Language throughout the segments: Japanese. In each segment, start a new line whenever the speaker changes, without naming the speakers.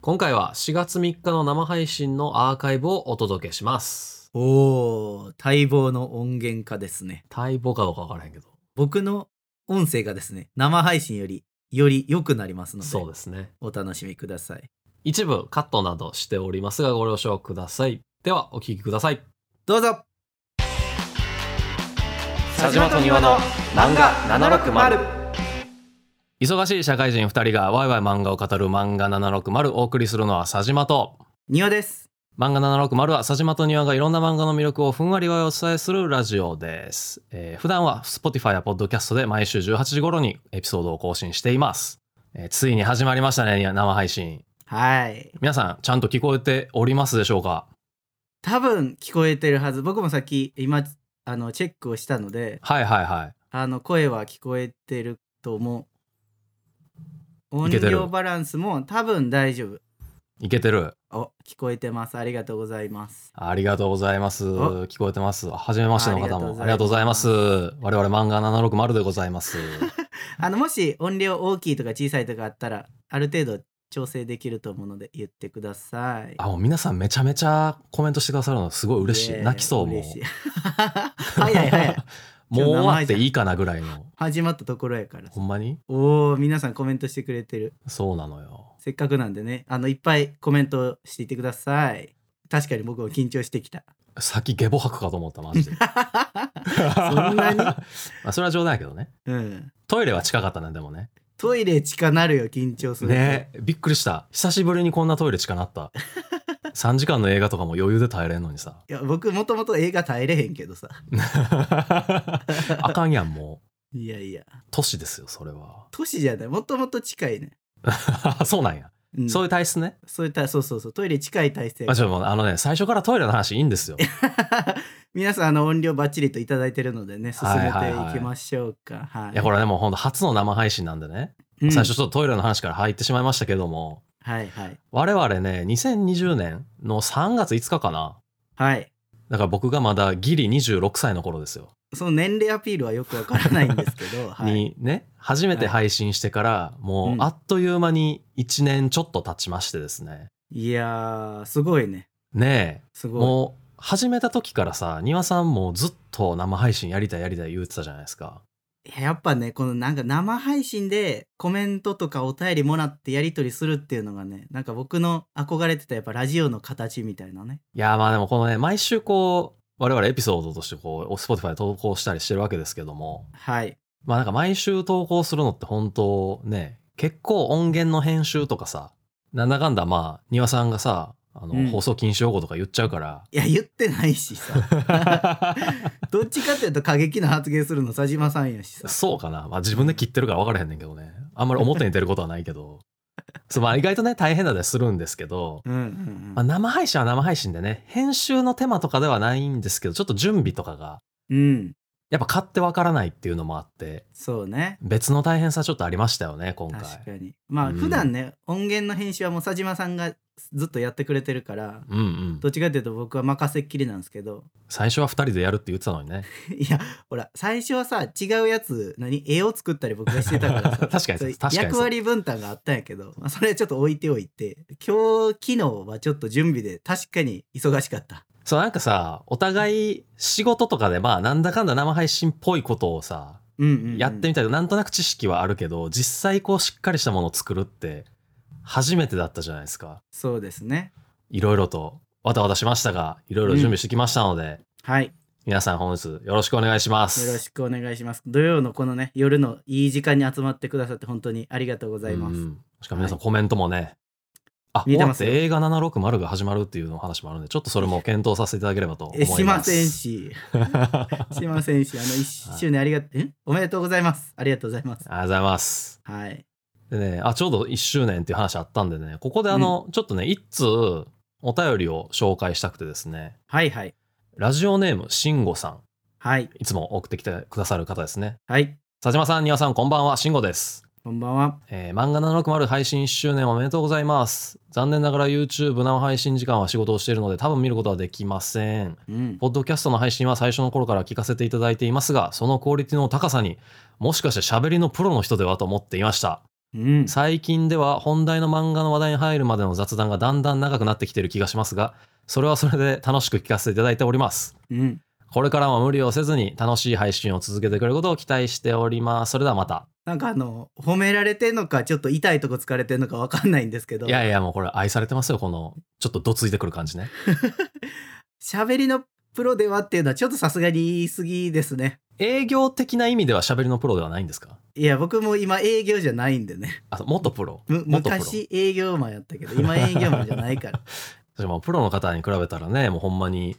今回は4月3日の生配信のアーカイブをお届けします。
おお、待望の音源化ですね。
タイボかどうかわからへんけど。
僕の音声がですね、生配信よりより良くなりますので、
そうですね。
お楽しみください。
一部カットなどしておりますがご了承ください。ではお聞きください。
どうぞ
佐島と庭の漫画760
忙しい社会人2人がワイワイ漫画を語る漫画760お送りするのは佐島と。
庭です。
漫画760は佐島と庭がいろんな漫画の魅力をふんわりわいお伝えするラジオです。えー普段は Spotify や Podcast で毎週18時頃にエピソードを更新しています。えーついに始まりましたね、生配信。
はい。
皆さん、ちゃんと聞こえておりますでしょうか
多分聞こえてるはず。僕もさっき今あのチェックをしたので、
はいはいはい。
あの声は聞こえてると思う。音
いけてる
量バランスも多分大丈夫。
いけてる。
お、聞こえてます。ありがとうございます。
ありがとうございます。
お
聞こえてます。はじめましての方もあ
あ
りがとう
りがとう
ご
ご
ざ
ざ
い
い
ま。
ますす
我々漫画760でござい ます。
あのもし音量大きいとか小さいとかあったらある程度調整できると思うので言ってください。
あ、もう皆さんめちゃめちゃコメントしてくださるのすごい嬉し
ね
い。
え
泣きそうもう。
嬉しい 早い早い。
もう終わっていいかなぐらいの。
始まったところやから
ほ。んまに
おお、皆さんコメントしてくれてる。
そうなのよ。
せっかくなんでね、あのいっぱいコメントしていってください。確かに僕も緊張してきた。
先ゲボ吐くかと思った、マ ジで。
そんなに
まあそれは冗談やけどね。
うん。
トイレは近かったね、でもね。
トイレ近なるよ、緊張すると。
ねびっくりした。久しぶりにこんなトイレ近なった。3時間の映画とかも余裕で耐えれんのにさ。
いや僕もともと映画耐えれへんけどさ。
あかんやん、もう。
いやいや、
都市ですよ、それは。
都市じゃない、もともと近いね。
そうなんや。
うん、
そういう体質ね。
そういったそうそうそうトイレ近い体勢
まあ、ちょもうあのね、最初からトイレの話いいんですよ。
皆さんあの音量バッチリといただいてるのでね進め
はいはいはい
ていきましょうかはい
いや、これね、もうほんと初の生配信なんでね。
うん
最初ちょっとトイレの話から入ってしまいましたけども、
はいはい
我々ね、2020年の3月5日かな。
はい
だから僕がまだギリ26歳の頃ですよ。
その年齢アピールはよくわからないんですけ ど、はい、
にね、初めて配信してから、もう
うん
あっという間に1年ちょっと経ちましてですね。
いやーすごいね
ね
す
え、
ご
もう始めた時からさ、庭さんもずっと生配信やりたいやりたい言ってたじゃないですか。
いいややっぱねこのなんか生配信でコメントとかお便りもらってやり取りするっていうのがねなんか僕の憧れてたやっぱラジオの形みたいなね
いやーまあでもこのね、毎週こう、我々エピソードとしてこう、Spotify で投稿したりしてるわけですけども、
はい
まあなんか毎週投稿するのって本当ね、結構音源の編集とかさ、なんだかんだまあ、庭さんがさ、あの、
うん
放送禁止用語とか言っちゃう から、
いや言ってないしさ どっちかっていうと過激な発言するの佐島さんやしさ
そうかな。まあ自分で切ってるから分からへんねんけどね。あんまり表に出ることはないけど。そうまあ意外とね、大変だったりするんですけど、
うんうん
まあ、生配信は生配信でね、編集の手間とかではないんですけど、ちょっと準備とかが、
うん、うん、
やっぱ買って分からないっていうのもあって、
そうね
別の大変さちょっとありましたよね、今回。
確かにまあ
うん
普段ね、音源の編集はもう佐島さんがずっとやってくれてるから
うんうん
ど。っちかっていうと僕は任せっきりなんですけど
最初は2人でやるって言ってたのにね。
いやほら最初はさ違うやつ何絵を作ったり僕がしてたから さ
確かにそう
れ
確かにそう
役割分担があったんやけど、まあ、それはちょっと置いておいて今日昨日はちょっと準備で確かに忙しかった
そうなんかさ、お互い仕事とかでまあなんだかんだ生配信っぽいことをさ、
うんうんうん、
やってみたいとなんとなく知識はあるけど実際こうしっかりしたものを作るって初めてだったじゃないですか
そうですね
いろいろとわたわたしましたがいろいろ準備してきましたので、
はい
皆さん本日よろしくお願いします
よろしくお願いします。土曜のこのね、夜のいい時間に集まってくださって本当にありがとうご
く
ざいます。
しかも皆さん
は
コメントもね、あ
見
終
て
わ
ま
っ
す
て映画760が始まるっていうの話もあるんでちょっとそれも検討させていただければと思い
え、
ます
しません し、
ありがと
しませんし、あの、1周年ありがとう、んおめでとうございます。ありがとうございます。
うございます
はい。
でねあちょうど1周年っていう話あったんでねここであの、ちょっとね一通お便りを紹介したくてですね
はいはい。
ラジオネームしんごさん
はい。
いつも送ってきてくださる方ですね。
はい。
佐島さん、丹羽さん、こんばんは、慎吾です。
こんばんは。
えー漫画760配信1周年おめでとうございます。残念ながら YouTube の配信時間は仕事をしているので多分見ることはできません。
うん。
ポッドキャストの配信は最初の頃から聞かせていただいていますが、そのクオリティの高さにもしかして喋りのプロの人ではと思っていました。
うん。
最近では本題の漫画の話題に入るまでの雑談がだんだん長くなってきてる気がしますがそれはそれで楽しく聞かせていただいております
うん。
これからも無理をせずに楽しい配信を続けてくれることを期待しておりますそれではまた
なんかあの、褒められてんのか、ちょっと痛いとこ疲れてんのかわかんないんですけど。
いやいやもうこれ愛されてますよこのちょっとどついてくる感じね
喋りのプロではっていうのはちょっとさすがに言い過ぎですね。
営業的な意味では喋りのプロではないんですか
いや、僕も今営業じゃないんでね。
あ元プロ
む
元プロ
昔営業マンやったけど、今営業マンじゃな いから。
でもプロの方に比べたらねもうほんまに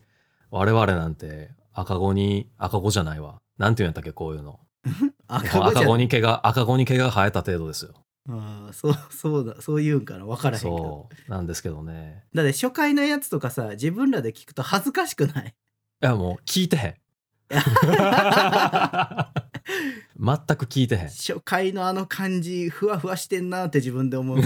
我々なんて赤子に赤子じゃないわなんていうんやったっけこういうの
赤
もう
子じ
赤
ゃ
子
ない。
に毛が赤子に毛が生えた程度ですよ
ああ、そう、そうだ、そう言うんかな。わからへんけど。
そうなんですけどね
だって初回のやつとかさ、自分らで聞くと恥ずかしくない。
いやもう聞いてへ ん全く聞いてへん
初回のあの感じ、ふわふわしてんなって自分で 思う。
ま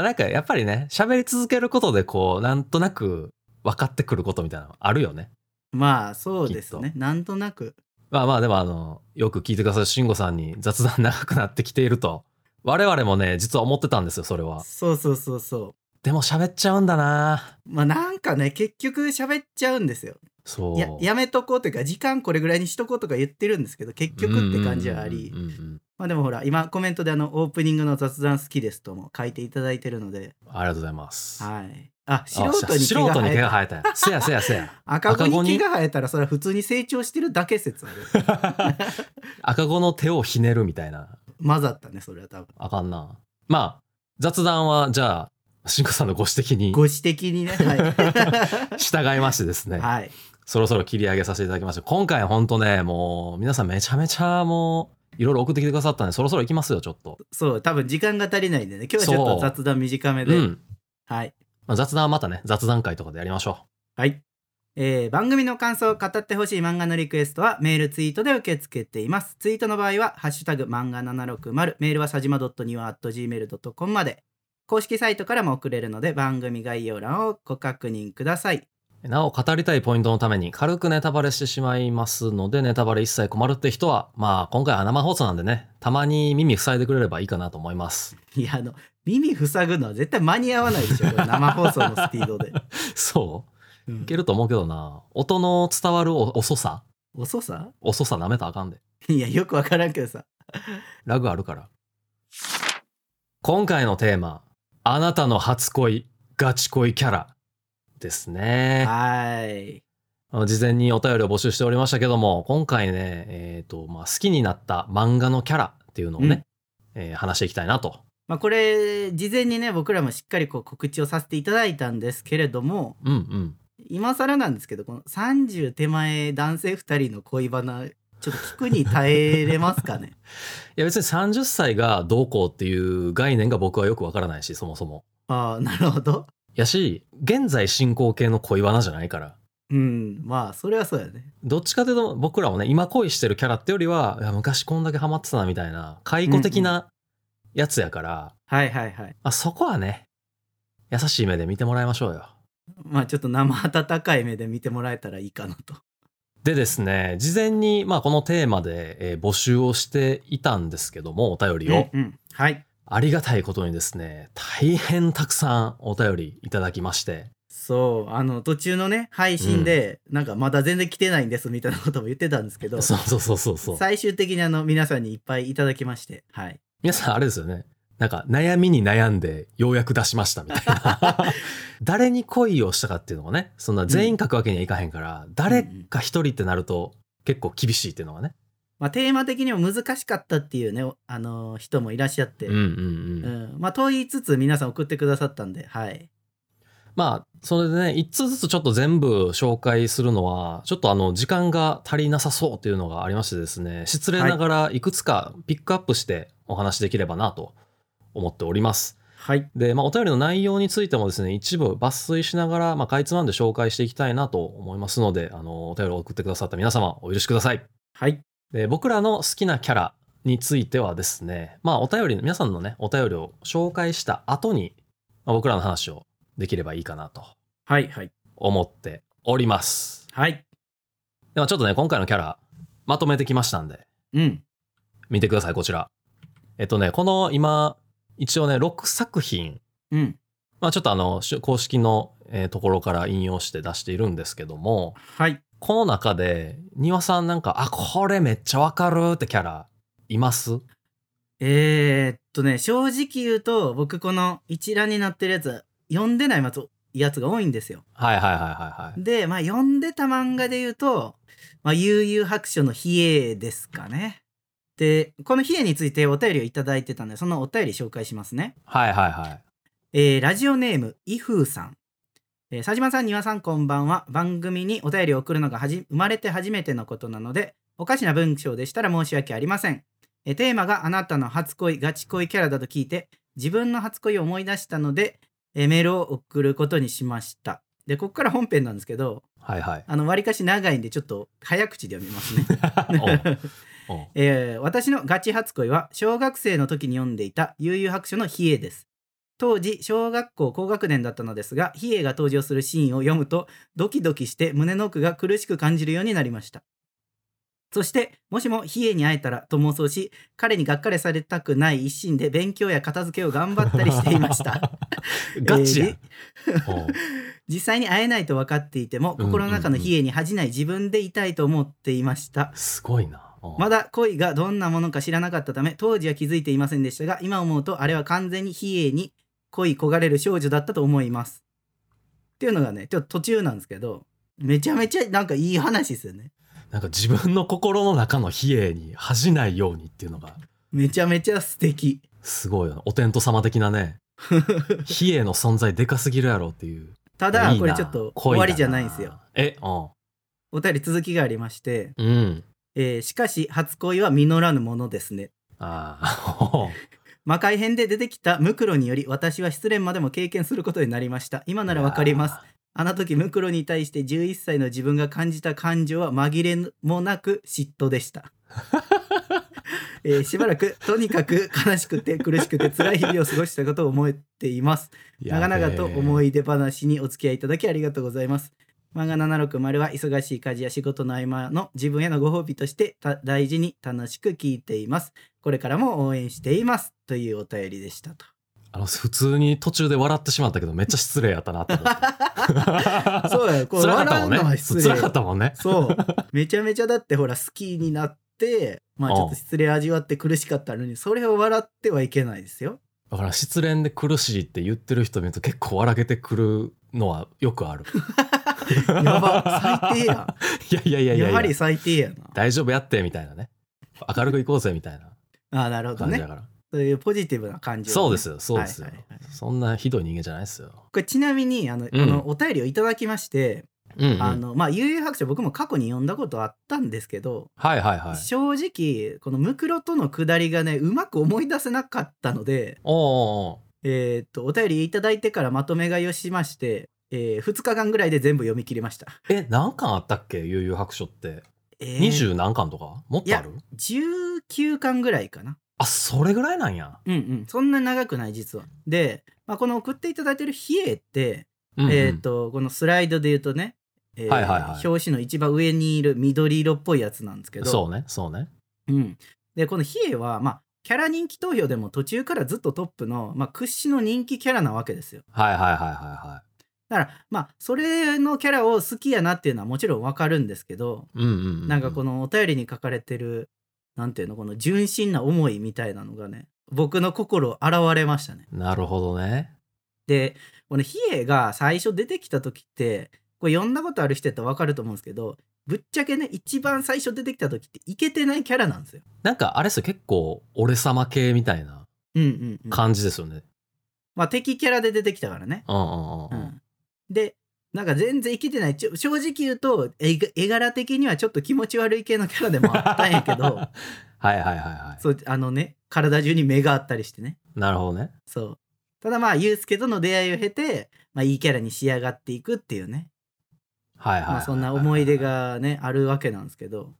あなんかやっぱりね喋り続けることでこうなんとなく分かってくることみたいなのあるよね
まあ、そうですね。なんとなく。
まあまあでもあのよく聞いてくださる慎吾さんに雑談長くなってきていると我々もね実は思ってたんですよそれは
そうそうそうそう。
でも喋っちゃうんだな
まあなんかね、結局喋っちゃうんですよ。
そう
ややめとこうというか時間これぐらいにしとこうとか言ってるんですけど結局って感じはあり
うんうんうんうん
まあでもほら今コメントであのオープニングの雑談好きですとも書いていただいてるので
ありがとうございます
はいあ素
あ
人に毛
素
が
人に
生
毛
え
が生
た
えたんやせやせやせ や
赤子
赤子
に
に
毛が生えたらそれは普通に成長してるだけ説あ る
赤子の手をひねるみたいな
混ざったねそれは多分
あかんなまあ雑談はじゃあ慎吾さんのご指摘に
ご指摘にね は
従いましてですね
い、 はい、
そろそろ切り上げさせていただきました今回ほんとねもう皆さんめちゃめちゃもういろいろ送ってきてくださったんでそろそろ行きますよちょっと
そう多分時間が足りないんでね今日はちょっと雑談短めで、
うん
はい
まあ雑談はまたね雑談会とかでやりましょ
はい。えー番組の感想を語ってほしい漫画のリクエストはメールツイートで受け付けています。ツイートの場合は、ハッシュタグ漫画760、メールはさじま .niwa.gmail.com まで。公式サイトからも送れるので、番組概要欄をご確認ください。
うなお語りたいポイントのために軽くネタバレしてしまいますのでネタバレ一切困るって人はまあ今回は生放送なんでねたまに耳塞いでくれればいいかなと思います
いや、あの、耳塞ぐのは絶対間に合わないでしょ、これ生放送のスピードで。
そう うんいけると思うけどな音の伝わるお遅さ
遅さ
遅さなめたらあかんで
いや、よくわからんけどさ。
ラグあるから今回のテーマ「あなたの初恋ガチ恋キャラ」ですね
はーい。
あの事前にお便りを募集しておりましたけども今回ね、えーとまあ、好きになった漫画のキャラっていうのをね、えー話していきたいなと、
まあ、これ、事前にね、僕らもしっかりこう告知をさせていただいたんですけれども、
うんうん、
今更なんですけどこの30手前男性2人の恋バナちょっと聞くに耐えれますかね
いや別に30歳がどうこうっていう概念が僕はよくわからないしそもそも
ああなるほど
やし現在進行形の恋バナじゃないから
うんまあそれはそうやね
どっちかというと僕らもね今恋してるキャラってよりはいや昔こんだけハマってたなみたいな解雇的なやつやから、
はいはいはい
まあ、そこはね優しい目で見てもらいましょうよ
まあちょっと生温かい目で見てもらえたらいいかなと
でですね事前に、まあ、このテーマで、えー募集をしていたんですけどもお便りを、
うんうんはい
ありがたいことにですね大変たくさんお便りいただきまして
そうあの途中のね配信で、なんかまだ全然来てないんですみたいなことも言ってたんですけど
そうそうそうそうそう
最終的にあの皆さんにいっぱいいただきましてはい
皆さんあれですよねなんか悩みに悩んでようやく出しましたみたい な誰に恋をしたかっていうのがねそんな全員書くわけにはいかへんから、誰か一人ってなると結構厳しいっていうのがね
まあテーマ的にも難しかったっていうねあの人もいらっしゃって、
うんうんう
うんん、まあ、問いつつ皆さん送ってくださったんで、はい。
まあそれでね一通ずつちょっと全部紹介するのはちょっとあの時間が足りなさそうっていうのがありましてですね失礼ながらいくつかピックアップしてお話できればなと思っております
はい。
で、まあ、お便りの内容についてもですね、一部抜粋しながら、まあ、かいつまんで紹介していきたいなと思いますので、あの、お便りを送ってくださった皆様、お許しください。
はい。
で、僕らの好きなキャラについてはですね、まあ、お便り、皆さんのね、お便りを紹介した後に、まあ僕らの話をできればいいかなと
はい。はい。
思っております。
はい。
では、ちょっとね、今回のキャラ、まとめてきましたんで、
うん。
見てください、こちら。えっとね、この今、一応ね、6作品、
うん。
まあ、ちょっとあの、し公式の、えーところから引用して出しているんですけども、
はい。
この中で、庭さんなんか、あ、これめっちゃわかるってキャラ、います
えー、っとね、正直言うと、僕この一覧になってるやつ、読んでないやつやつが多いんですよ。
はいはいはいはいはい。
で、まあ読んでた漫画で言うと、まあ、悠々白書の比叡ですかね。で、この比叡についてお便りをいただいてたので、そのお便り紹介しますね。
はいはいはい。
えーラジオネーム、イフーさん。えー佐島さん、丹羽さん、こんばんは。番組にお便りを送るのがはじ生まれて初めてのことなので、おかしな文章でしたら申し訳ありません。えーテーマがあなたの初恋、ガチ恋キャラだと聞いて、自分の初恋を思い出したので、えーメールを送ることにしました。で、ここから本編なんですけど、
はいはい。
あの、わりかし長いんで、ちょっと早口で読みますね。
お うおう。
えー私のガチ初恋は小学生の時に読んでいた悠々白書の比叡です当時小学校高学年だったのですが比叡が登場するシーンを読むとドキドキして胸の奥が苦しく感じるようになりましたそしてもしも比叡に会えたらと妄想し彼にがっかりされたくない一心で勉強や片付けを頑張ったりしていました
ガチや
えー
ん。おう
実際に会えないと分かっていても
うんうんうん
心の中の比叡に恥じない自分でいたいと思っていました、
すごいな。おう
まだ恋がどんなものか知らなかったため当時は気づいていませんでしたが今思うとあれは完全に比叡に恋焦がれる少女だったと思います。っていうのがねちょっと途中なんですけどめちゃめちゃなんかいい話ですよね。
なんか自分の心の中の比叡に恥じないようにっていうのが、
めちゃめちゃ素敵。
すごいよな。お天道様的な ね。比叡の存在でかすぎるやろっていう。
ただ
いいな
これちょっと
恋
終
だ
わりじゃないんですよ。。
え、お
お便り続きがありまして、
ううん。
えーしかし初恋は実らぬものですね。
ああ、おう
魔界編で出てきたムクロにより私は失恋までも経験することになりました。今 ならわかります。。あの時ムクロに対して11歳の自分が感じた感情は紛れもなく嫉妬 でした。えーしばらくとにかく悲しくて苦しくて辛い日々を過ごしたことを思っています。長々と思
い。
い出話にお付き合いいただきありがとうございます。漫画760は忙しい家事や仕事の合間の自分へのご褒美としてた大事に楽しく聞いています。これからも応援しています。というお便りでした と。
あの、普通に途中で笑ってしまったけど、めっちゃ失礼やったなって思った。
そうや、こう
辛かった
笑
も
うん
ね
の。は失礼
辛。かったもんね。
そう。めちゃめちゃだってほら、好きになって、まあちょっと失礼味わって苦しかったのに、それを笑ってはいけないですよ。
だから失恋で苦しいって言ってる人見ると結構笑けてくるのはよくある。
やば、最低やん。
いやいやいやいやいや
やはり最低やな。
大丈夫やってみたいなね。明るく行こうぜみたいな
ああ、なるほど
感じだ
ね。
から。
そういうポジティブな感じ、
そうで。すよ、そうですよ、
はいはいはい
そんなひどい人間じゃないですよ。
これちなみに、あの、
うん
あのお便りをいただきまして、
うん、うん。
あの、まあ、悠々白書僕も過去に読んだことあったんですけど、
はいはいはい。
正直、このムクロとのくだりがね、うまく思い出せなかったので、
おうおうおう
えーっと、お便りいただいてからまとめ買いをしまして、え2日間ぐらいで全部読み切りました。
え、何巻あったっけ悠々白書って。
えー
二十何巻とかもっとある
19巻ぐらいかな。
あ、それぐらいなんや。
うんうん。そんな長くない、実は。で、まあ、この送っていただいてる比叡って、
うんうん
えーっと、このスライドで言うとね、えー
はいはいはい
表紙の一番上にいる緑色っぽいやつなんですけど、
そうね、そうね。
うん、でこの比叡は、まあ、キャラ人気投票でも途中からずっとトップの、まあ、屈指の人気キャラなわけですよ。
はいはいはいはいは
だからまあそれのキャラを好きやなっていうのはもちろんわかるんですけど、
い。うんうん、うん。
なんかこのお便りに書かれてるなんていうのこの純真な思いみたいなのがね僕の心現れましたね。
なるほどね。
でこの比叡が最初出てきた時ってこれ読んだことある人やったらわかると思うんですけどぶっちゃけね一番最初出てきた時ってイケてないキャラなんですよ。
なんかあれっすよ、結構俺様系みたいな
うんうん、うん。
感じですよね。
まあ敵キャラで出てきたからね。
うんうんうん。
う
うん、
ん、でなんか全然生きてないちょ正直言うと絵が絵柄的にはちょっと気持ち悪い系のキャラでもあったんやけ ど
はいはいはいは
そうあのね体中に目があったりしてね
い。なるほどね。
そうただまあユうスケとの出会いを経て、まあ、いいキャラに仕上がっていくっていうね、
はいはいはいはい、
まあ、そんな思い出。がねあるわけなんですけど
うんうんう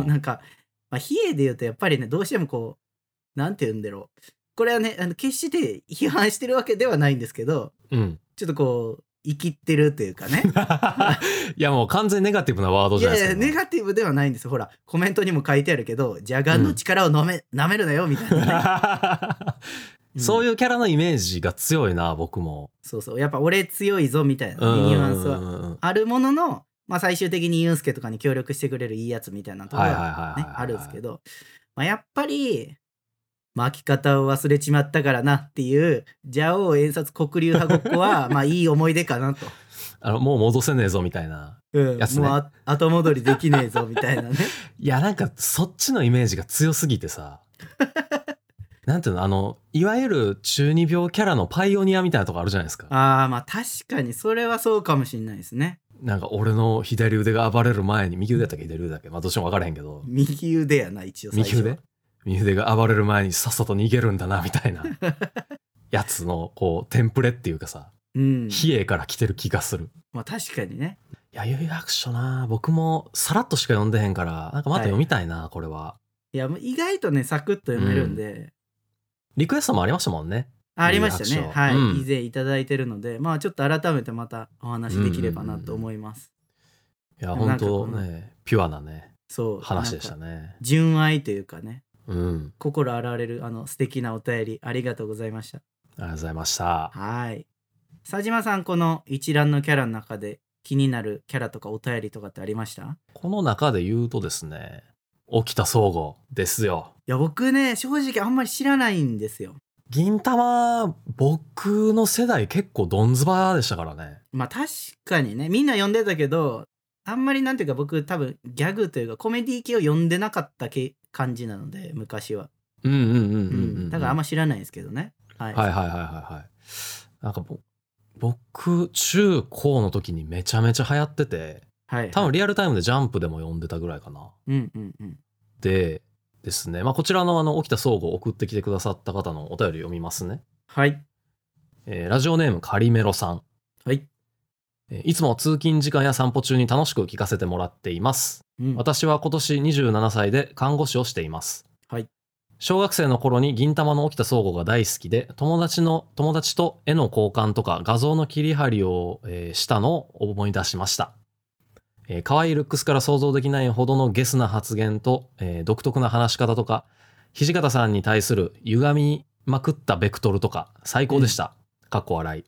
んうん。
なんか、まあ、比叡で言うとやっぱりねどうしてもこうなんて言うんだろうこれはねあの決して批判してるわけではないんですけど
うん。
ちょっとこう生きってるというかね
いやもう完全にネガティブなワード
い
じゃな
や
い
い
です
や
か、
ネガティブではないんですほらコメントにも書いてあるけど「ジャガンの力を飲め、舐めるなよ」みたいな、ね
そう
うん
いうキャラのイメージが強いな僕も。
そうそうやっぱ俺強いぞみたいなニュアンスは
は
あるものの、まあ、最終的にユンスケとかに協力してくれるいいやつみたいなとこ
は
ろ
いはい
が
はい
ね
はい
あるんですけど、まあ、やっぱり巻き方を忘れちまったからなっていうジャオウ演札黒竜派ごっこ はまあいい思い出かなと、
あのもう戻せねえぞみたいな
うん
やつね
もうあ後戻りできねえぞみた いなね
いやなんかそっちのイメージが強すぎて さなんていうのあのいわゆる中二病キャラのパイオニアみたいなとこあるじゃないですか
あーまあ確かにそれはそうかもしれないですね
なんか俺の左腕が暴れる前に右腕だったっけ左腕だっけまあどっちも分からへんけど
右腕やな一応最
右
初は
腕右腕が暴れる前にさっさと逃げるんだなみたい なやつのこうテンプレっていうかさ
うん
比叡から来てる気がする
まあ確かにね
いや有楽書な僕もさらっとしか読んでへんからなんかまた読みたいな、これはい
やもう意外とねサクッと読めるんで、
リクエストもありましたもんね
ありました
有
ね。
楽町
はい、
うん
以前いただいてるので、まあちょっと改めてまたお話できればなと思います。
いや
でも
本
なんか
当
この
ねピュアなね
そう。
話でした
なんか
ね
純愛というかね、
うん
心洗われるあの素敵なお便りありがとうございました。
ありがとうございました
はい。佐島さん、この一覧のキャラの中で気になるキャラとかお便りとかってありました
この中で言うとですね起きた総合ですよ
いや、僕ね、正直あんまり知らないんですよ。
銀玉僕の世代結構ドンズバでしたからね
まあ確かにね、みんな読んでたけど、あんまりなんていうか僕多分ギャグというかコメディ系を読んでなかったけ感じなので、昔は。
うんうんうんうん、うん、
だからあんま知らないですけどね。はい。
はいはいはいはいはいなんかぼ僕中高の時にめちゃめちゃ流行ってて
はい。
多分リアルタイムで「ジャンプ」でも読んでたぐらいかな
うんうんうん。
でですね、まあ、こちらのあの起きた総合を送ってきてくださった方のお便り読みますね、
はい。
えーラジオネームカリメロさん
はい。
えーいつも通勤時間や散歩中に楽しく聞かせてもらっています
うん、
私は今年27歳で看護師をしています、
はい
小学生の頃に銀玉の起きた相互が大好きで友達の友達と絵の交換とか画像の切り張りを、えーしたのを思い出しました、えー、可愛いルックスから想像できないほどのゲスな発言と、えー独特な話し方とか土方さんに対する歪みまくったベクトルとか最高でした、かっこ笑い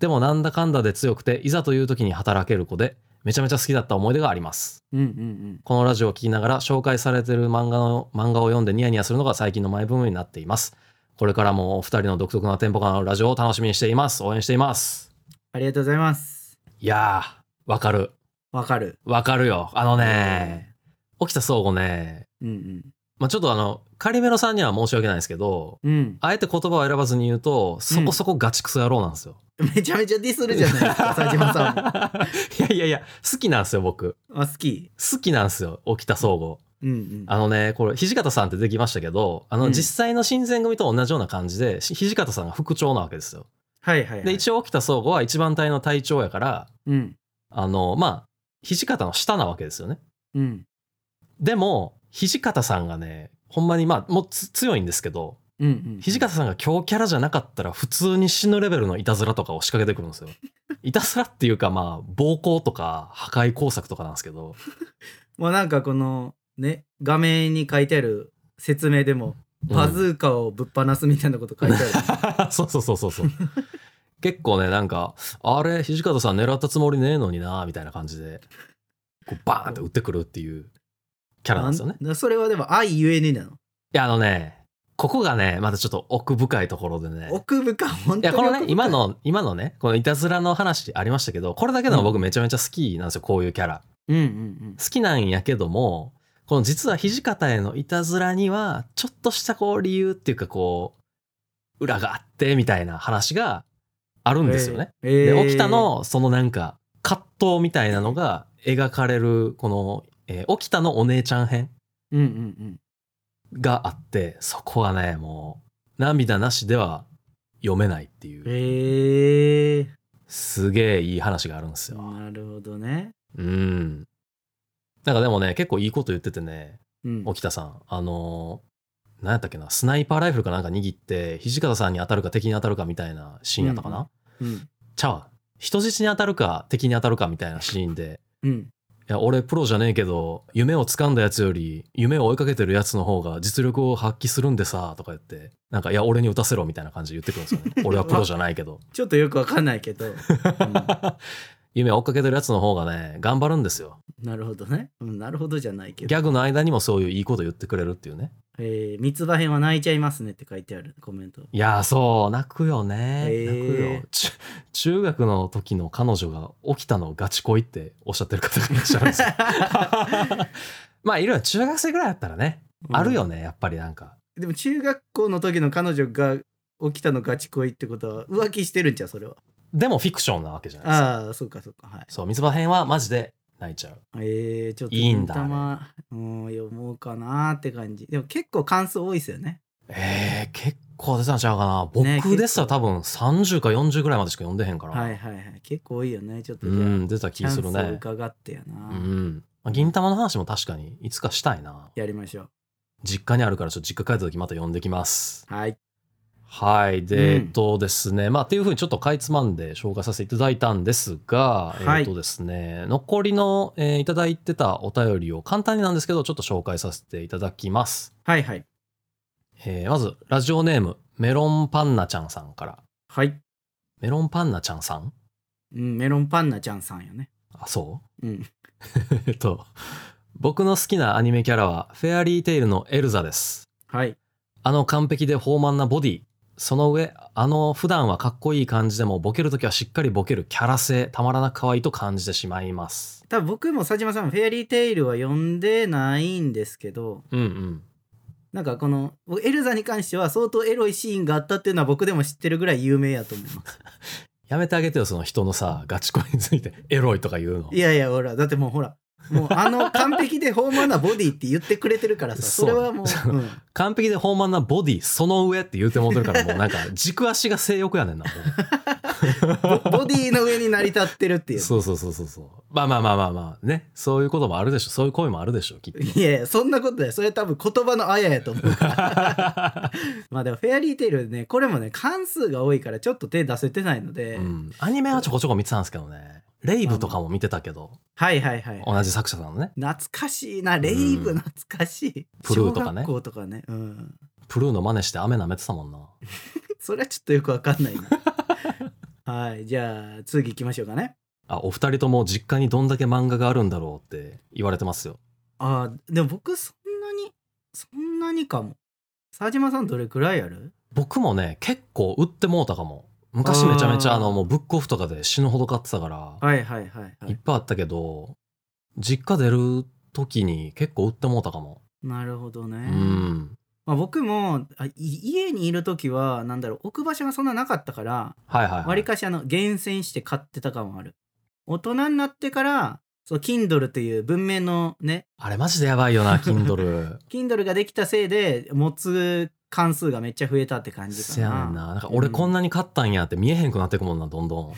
でもなんだかんだで強くていざという時に働ける子でめちゃめちゃ好きだった思い出があります
うんうん
このラジオを聞きながら紹介されている漫画の漫画を読んでニヤニヤするのが最近のマイブームになっています。これからもお二人の独特なテンポ感のラジオを楽しみにしています。応援しています。
ありがとうございます。
いやー、わかる。
わかる。
わかるよ。あのね、沖田総合ね、
うん
まあ、ちょっとあの、カリメロさんには申し訳ないですけど、
うん。うん。
あえて言葉を選ばずに言うと、そこそこガチクソ野郎なんですよ。
めちゃめちゃディスるじゃない ですか、佐島さんも。
ん。いやいやいや、好きなんですよ、僕。
あ、好き。
好きなんですよ、沖田総合。
うんうん。
あのね、これ、土方さんって出てきましたけど、あ
う
の、
ん
実際の新選組と同じような感じで、し土方さんが副長なわけですよ。
はいはい、はい。
で、一応、沖田総合は一番隊の隊長やから、
うん。
あの、まあ、土方の下なわけですよね。
うん。
でも、土方さんがね、ほんまに、まあ、もうつ強いんですけど、
うんうん。
土方さんが強キャラじゃなかったら、普通に死ぬレベルのいたずらとかを仕掛けてくるんですよ。いたずらっていうか、まあ、暴行とか、破壊工作とかなんですけど、
もうなんかこの、ね、画面に書いてある説明でも、バズーカをぶっ放すみたいなこと書いてあ る。
そうそうそうそうそう。結構ね、なんか、あれ、土方さん狙ったつもりねえのにな、みたいな感じで、こうバーンって打ってくるっていうキャラなんですよね。
なんそれはでも愛ゆえになの。
いや、あのね、ここがね、またちょっと奥深いところでね。
奥深、本
い
当
や、
に
この
奥
ね、
深い
今。の、今のね、このいたずらの話ありましたけど、これだけでも僕めちゃめちゃ好きなんですよ、こういうキャラ。
うんうんうん。
好きなんやけども、この実は土方へのいたずらには、ちょっとしたこう理由っていうかこう、裏があってみたいな話があるんですよね。
えー。えー
で、沖田、のそのなんか葛藤みたいなのが描かれるこの、えー沖田のお姉ちゃん編
うんうんうん。
があってそこはねもう涙なしでは読めないっていう
ええ
すげえいい話があるんですよ。
なるほどね。
うん。なんかでもね結構いいこと言っててね
うん、
沖田さんあのー何やったっけなスナイパーライフルかなんか握って土方さんに当たるか敵に当たるかみたいなシーンやったかな、
うん
ちゃうわ人質に当たるか敵に当たるかみたいなシーンで
うん。
いや俺プロじゃねえけど夢を掴んだやつより夢を追いかけてるやつの方が実力を発揮するんでさとか言ってなんかいや俺に打たせろみたいな感じで言ってくるんですよ ね俺はプロじゃないけど
ちょっとよくわかんな いけど。うん
夢を追っかけてるやつの方がね頑張るんですよ
なるほどね。うん、なるほどじゃない
ギ
けど。
ャグの間にもそういういいこと言ってくれるっていうね
えー、三つ葉編は泣いちゃいますねって書いてあるコメント。
いやーそう泣くよね、
へー
泣くよち中学の時の彼女が起きたのガチ恋っておっしゃってる方がいらっしゃるん ですよまあいろいろ中学生ぐらいだったらね、あるよねやっぱりなんか
でも中学校の時の彼女が起きたのガチ恋ってことは浮気してるんじゃうそれは。
でもフィクションなわけじゃないですか
ああ、そうかそうか。はい。
そう、水場編はマジで泣いちゃう。
えー、ちょっと
いいんだ
たま、うん、読もうかなーって感じ。でも結構感想多いですよね。
えー、結構出たんちゃうかな。
ね
僕ですら多分30か40ぐらいまでしか読んでへんから。
はいはいはい。結構多いよね。ちょっと
う
じゃあ、
ん、出た
チ
気
ャン
す
ス
る
を
ね。
伺ってやな、
うん。まあ銀玉の話も確かにいつかしたいな。
やりましょう。
実家にあるからちょっと実家帰った時また読んできます。
はい。
はい。で、
うん
えっとですね。まあ、っていうふうにちょっとかいつまんで紹介させていただいたんですが、
はい
えっとですね、残りの、えーいただいてたお便りを簡単になんですけど、ちょっと紹介させていただきます。
はいはい。
えーまず、ラジオネーム、メロンパンナちゃんさんから。
はい。
メロンパンナちゃんさん
うん、メロンパンナちゃんさんよね。
あ、そう
うん。
えっと、僕の好きなアニメキャラは、フェアリーテイルのエルザです。
はい。
あの完璧で豊満なボディ。その上、あの普段はかっこいい感じでも、ボケるときはしっかりボケるキャラ性、たまらなく可愛いと感じてしまいます。
多分僕も佐島さんも「フェアリーテイル」は読んでないんですけど
うんうん。
なんかこの僕エルザに関しては相当エロいシーンがあったっていうのは僕でも知ってるぐらい有名やと思い ます
やめてあげてよ、その人のさ、ガチ恋について、エロいとか言うの
い。やいやほらだってもうほらもうあの完璧で豊満なボディって言ってくれてるからさ
そ
そうれはもう、うん
完璧で豊満なボディ、その上って言うてもうてるから、もうなんか、軸足が性欲やねんな、もう。
ボボディの上に成り立ってるって いう
そうそうそうそうそう。まあまあまあまあまあね。そういうこともあるでしょ。そういう声もあるでしょ、 きっと。
いやいやそんなことないそれ多分言葉のあややと思うからまあでも「フェアリーテイルね」これもね関数が多いからちょっと手出せてないので、
うん。アニメはちょこちょこ見てたんですけどね。レイブとかも見てたけど、
はいはいはい
同じ作者さんのね。
懐かしいなレイブ
うん
懐かしい、
プルーとかね
小学校とかねうん
プルーの真似して雨舐めてたもんな。
それはちょっとよくわか んないなはいじゃあ次行きましょうかね
あ、お二人とも実家にどんだけ漫画があるんだろうって言われてますよ。
あーでも僕そんなにそんなにかも佐島さんどれくらいある
僕もね、結構売ってもうたかも。昔めちゃめちゃ
あー
あの、もうブックオフとかで死ぬほど買ってたから、、
はいはいはいは
っ
いい
ぱいあったけど、実家出る時に結構売ってもうたかも。
なるほどね、
うん。
まあ、僕もあい家にいる時はなんだろう置く場所がそんななかったから
はいはい、はい。
わりかしあの厳選して買ってた感はある大人になってからそう Kindle という文明のね
あれマジでやばいよな、Kindle。
Kindle ができたせいで持つ関数がめっちゃ増えたって感じか
せやね
な。
んな。なんか俺こんなに買ったんやって見えへんくなってくもんな、どんどん。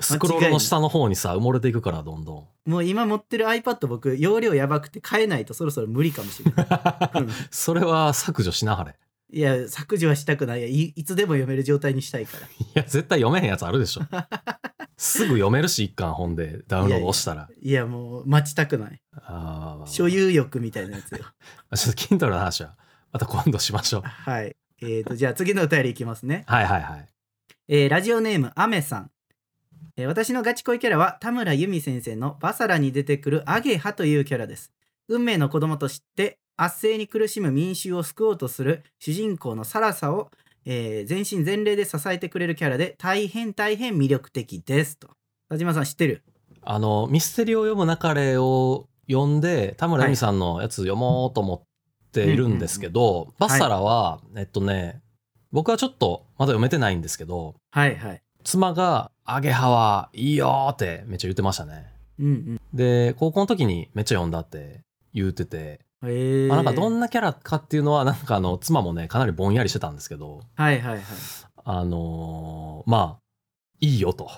スクロールの下の方にさ、埋もれていくから、どんどん。
もう今持ってる iPad 僕容量やばくて買えないとそろそろ無理かもしれない。うん
それは削除しなはれ。
いや削除はしたくないいいつでも読める状態にしたいから。
いや、絶対読めへんやつあるで しょ。すぐ読めるし、一巻本でダウンロード押したら。
いやもう待ちたくない。
ああ。
所有欲みたいなやつよ。
あちょっと Kindle の話は、また今度しましょう。
はい。えー、とじゃあ次のお便りいきますね。
はいはいはい。
えーラジオネームアメさん、えー私のガチ恋キャラは田村由美先生のバサラに出てくるアゲハというキャラです運命の子供と知って圧政に苦しむ民衆を救おうとする主人公のサラサを、えー全身全霊で支えてくれるキャラで大変大変魅力的ですと田島さん知ってる
あの、ミステリを読むなかれを読んで、田村由美さんのやつ読もうと思っているんですけど、バッサラは、えっとね、僕はちょっとまだ読めてないんですけど、
はいはい
妻が、アゲハはいいよーってめっちゃ言ってましたね。
うん
で、高校の時にめっちゃ読んだって言ってて、
うんへえ
まあ、なんかどんなキャラかっていうのは、なんかあの、妻もね、かなりぼんやりしてたんですけど、
はいはいはい
あのーまあ、いいよと。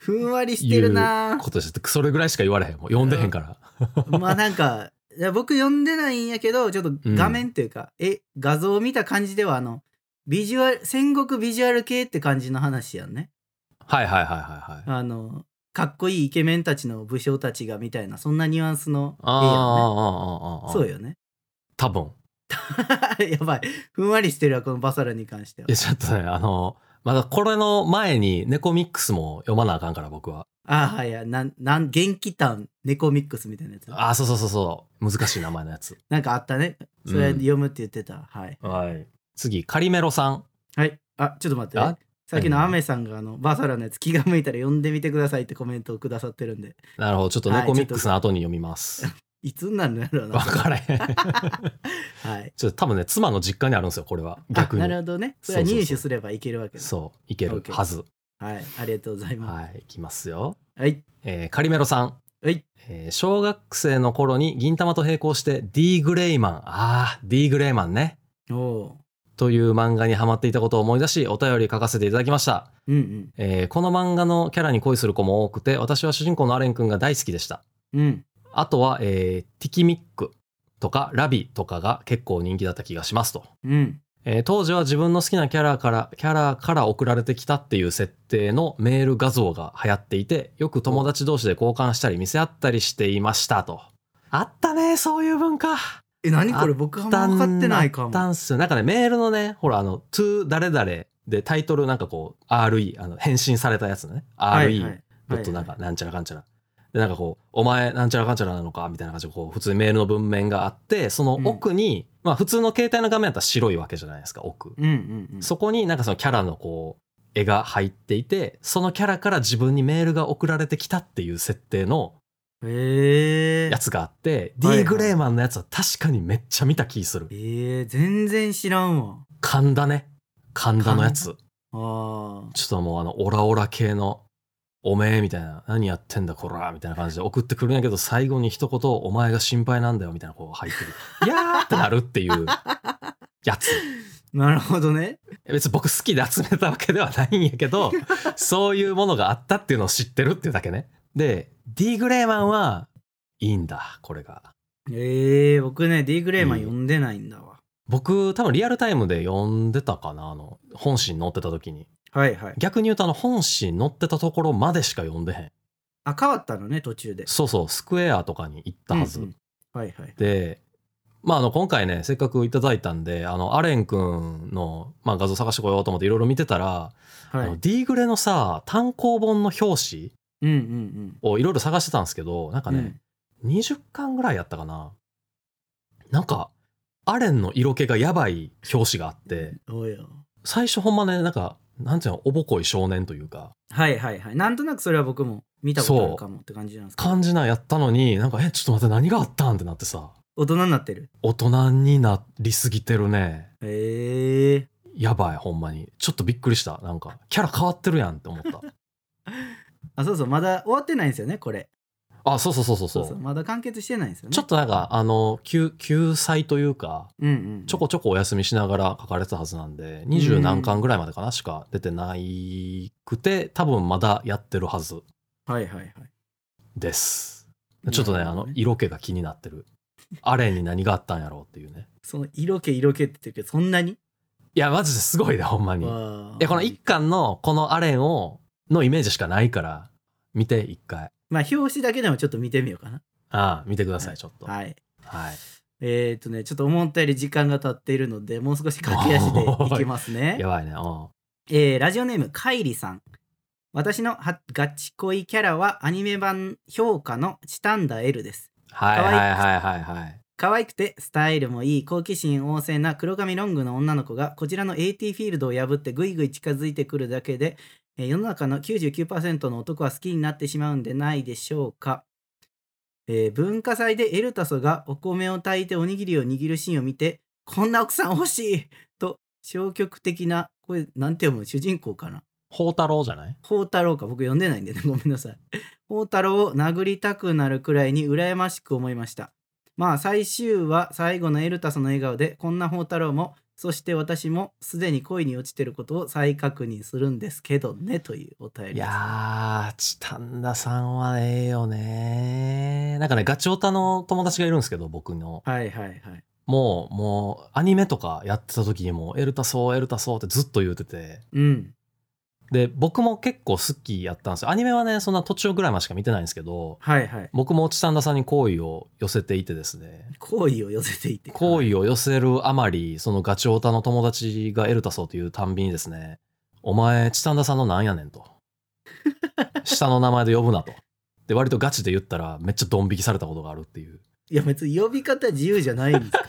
ふんわりしてるな
ことでしたそれぐらいしか言われへん。もう読んでへんから。
まあなんかいや僕読んでないんやけどちょっと画面というか、え画像を見た感じではあのビジュアル戦国ビジュアル系って感じの話やんね
はいはいはいはいはい。
あのかっこいいイケメンたちの武将たちがみたいなそんなニュアンスの絵
ああ、あ
やね
あ、ああ。
そう
よ。
よね
多分。
やばいふんわりしてるわこのバサラに関してはい
や、ちょっとね、あの、まだこれの前にネコミックスも読まなあかんから、僕は。
あーはいやなんなん元気タン猫ミックスみたいなやつ
ああ、そうそうそうそう。難しい名前のやつ。
なんかあったねそれ読むって言ってた、はい
はい。次、カリメロさん。
はいあちょっと待っ
あ
てさっきのアメさんがあのバサラのやつ気が向いたら読んでみてくださいってコメントをくださってるんで
なるほど。ちょっと
はい
ネコミックスの後に読みます。
いつになるのやろうな
わからへん。
はい
ちょっと多分ね、妻の実家にあるんですよ、これは。逆
あなる
に。
ほどねそれ
そうそう
は
そう
入手すればいけるわけです
そう、いける
OK
はず。
はいありがとうございま
はい、いきますよ。
すはい
えーカリメロさん。
はい
えー小学生の頃に銀魂と並行して D ・グレイマン、あー、D ・グレイマンね。
おお
という漫画にハマっていたことを思い出し、お便り書かせていただきました。
ーうん
えーこの漫画のキャラに恋する子も多くて、私は主人公のアレンくんが大好きでした。
うんうん
あとは、えーティキミックとかラビとかが結構人気だった気がしますと。
うん
えー当時は自分の好きなキャラから、キャラから送られてきたっていう設定のメール画像が流行っていて、よく友達同士で交換したり見せ合ったりしていましたと。あったね、そういう文化。
え何これ僕あんま分かってないか
あっ
も
たんすよ。なんかね、メールのね、ほら、あの、to 誰々でタイトルなんかこう、RE、あの、返信されたやつね。
はい
RE、
はい
ドットなんか、なんちゃらかんちゃら。で、なんかこう、お前、なんちゃらかんちゃらなのかみたいな感じで、こう、普通にメールの文面があって、その奥に、まあ、普通の携帯の画面だったら白いわけじゃないですか、奥。
うんうんうん
そこになんかそのキャラのこう、絵が入っていて、そのキャラから自分にメールが送られてきたっていう設定の
へえ
やつがあって、
はいはい
D グレーマンのやつは確かにめっちゃ見た気する。
ええ全然知らんわ
神田ね。神田のやつ。
あー
ちょっともうあの、オラオラ系の、おめえみたいな、何やってんだこら、みたいな感じで送ってくるんやけど、最後に一言、お前が心配なんだよ、みたいなこう入って る。いやーってなるっていうやつ。
なるほどね
別に僕好きで集めたわけではないんやけ ど、そういうものがあったっていうのを知ってるっていうだけね。で、D グレーマンは、いいんだ、これが。
ええ僕ね D グレーマン読んでないんだわ、
僕、多分リアルタイムで読んでたかな、あの、本誌に載ってた時に。
はいはい
逆に言うとあの本誌に載ってたところまでしか読んでへん
あ変わったのね途中で
そうそうスクエアとかに行ったはず、
うんうんはいはい
でまああの今回ねせっかくいただいたんであのアレンくんの、まあ、画像探してこようと思っていろいろ見てたら、
は
あ
い
の D グレのさ単行本の表紙
うんうんうん
をいろいろ探してたんですけどなんかね、20巻ぐらいやったかななんかアレンの色気がやばい表紙があって
うん、おうよ
最初ほんまねなんかなんていうのおぼこい少年というか
はいはいはいなんとなくそれは僕も見たことあるかもって感じなんですか
感じなんやったのになんかえちょっと待って何があったんってなってさ
大人になってる
大人になりすぎてるね
ええ
やばいほんまにちょっとびっくりしたなんかキャラ変わってるやんって思った
あそうそうまだ終わってないんですよねこれ
あそうそうそうそうそ
そう
う
そうまだ完結してないんですよね
ちょっとなんかあの救救済というか
うんうん
ちょこちょこお休みしながら書かれてたはずなんで二十何巻ぐらいまでかなしか出てないくて多分まだやってるはず
はいはいはい
ですちょっとね
なる
あ
ほど
の
ね
色気が気になってるアレンに何があったんやろうっていうね
その色気色気って言ってるけどそんなに
いやマジですごいねほんまに
わあ
いやこの一巻のこのアレンをのイメージしかないから見て一回
まあ表紙だけでもちょっと見てみようかな
ああ見てくださいちょっとはい、
はいえっ、とねちょっと思ったより時間が経っているのでもう少し駆け足でいきますね
やばいねうん
えーラジオネームカイリさん私のはガチ恋キャラはアニメ版評価のチタンダエルです
はい
か
はい
わいい
はいはいはい
可愛くてスタイルもいい好奇心旺盛な黒髪ロングの女の子がこちらの AT フィールドを破ってぐいぐい近づいてくるだけで、えー世の中の99%の男は好きになってしまうんでないでしょうか、えー文化祭でエルタソがお米を炊いておにぎりを握るシーンを見てこんな奥さん欲しいと消極的なこれなんて読む主人公かな
宝太郎じゃない
宝太郎か僕読んでないんでね ごめんなさい宝太郎を殴りたくなるくらいに羨ましく思いましたまあ最終は最後のエルタスの笑顔でこんな宝太郎もそして私もすでに恋に落ちてることを再確認するんですけどねというお便り
い
です
やーチタンダさんはええよねなんかねガチオタの友達がいるんですけど僕の
はいはいはい
もうもうアニメとかやってた時にもうエルタソーエルタソーってずっと言うてて
うん
で、僕も結構好きやったんですよ。アニメはね、そんな途中ぐらいまでしか見てないんですけど、
はいはい。
僕もチタンダさんに好意を寄せていてですね、
好意を寄せていて。
好
意。
意を寄せるあまり、そのガチオタの友達がエルタソーというたんびにですね、お前、チタンダさんのなんやねん と。下の名前で呼ぶなと。で、割とガチで言ったら、めっちゃドン引きされたことがあるっていう。
いや別に呼び方自由じゃないんです か。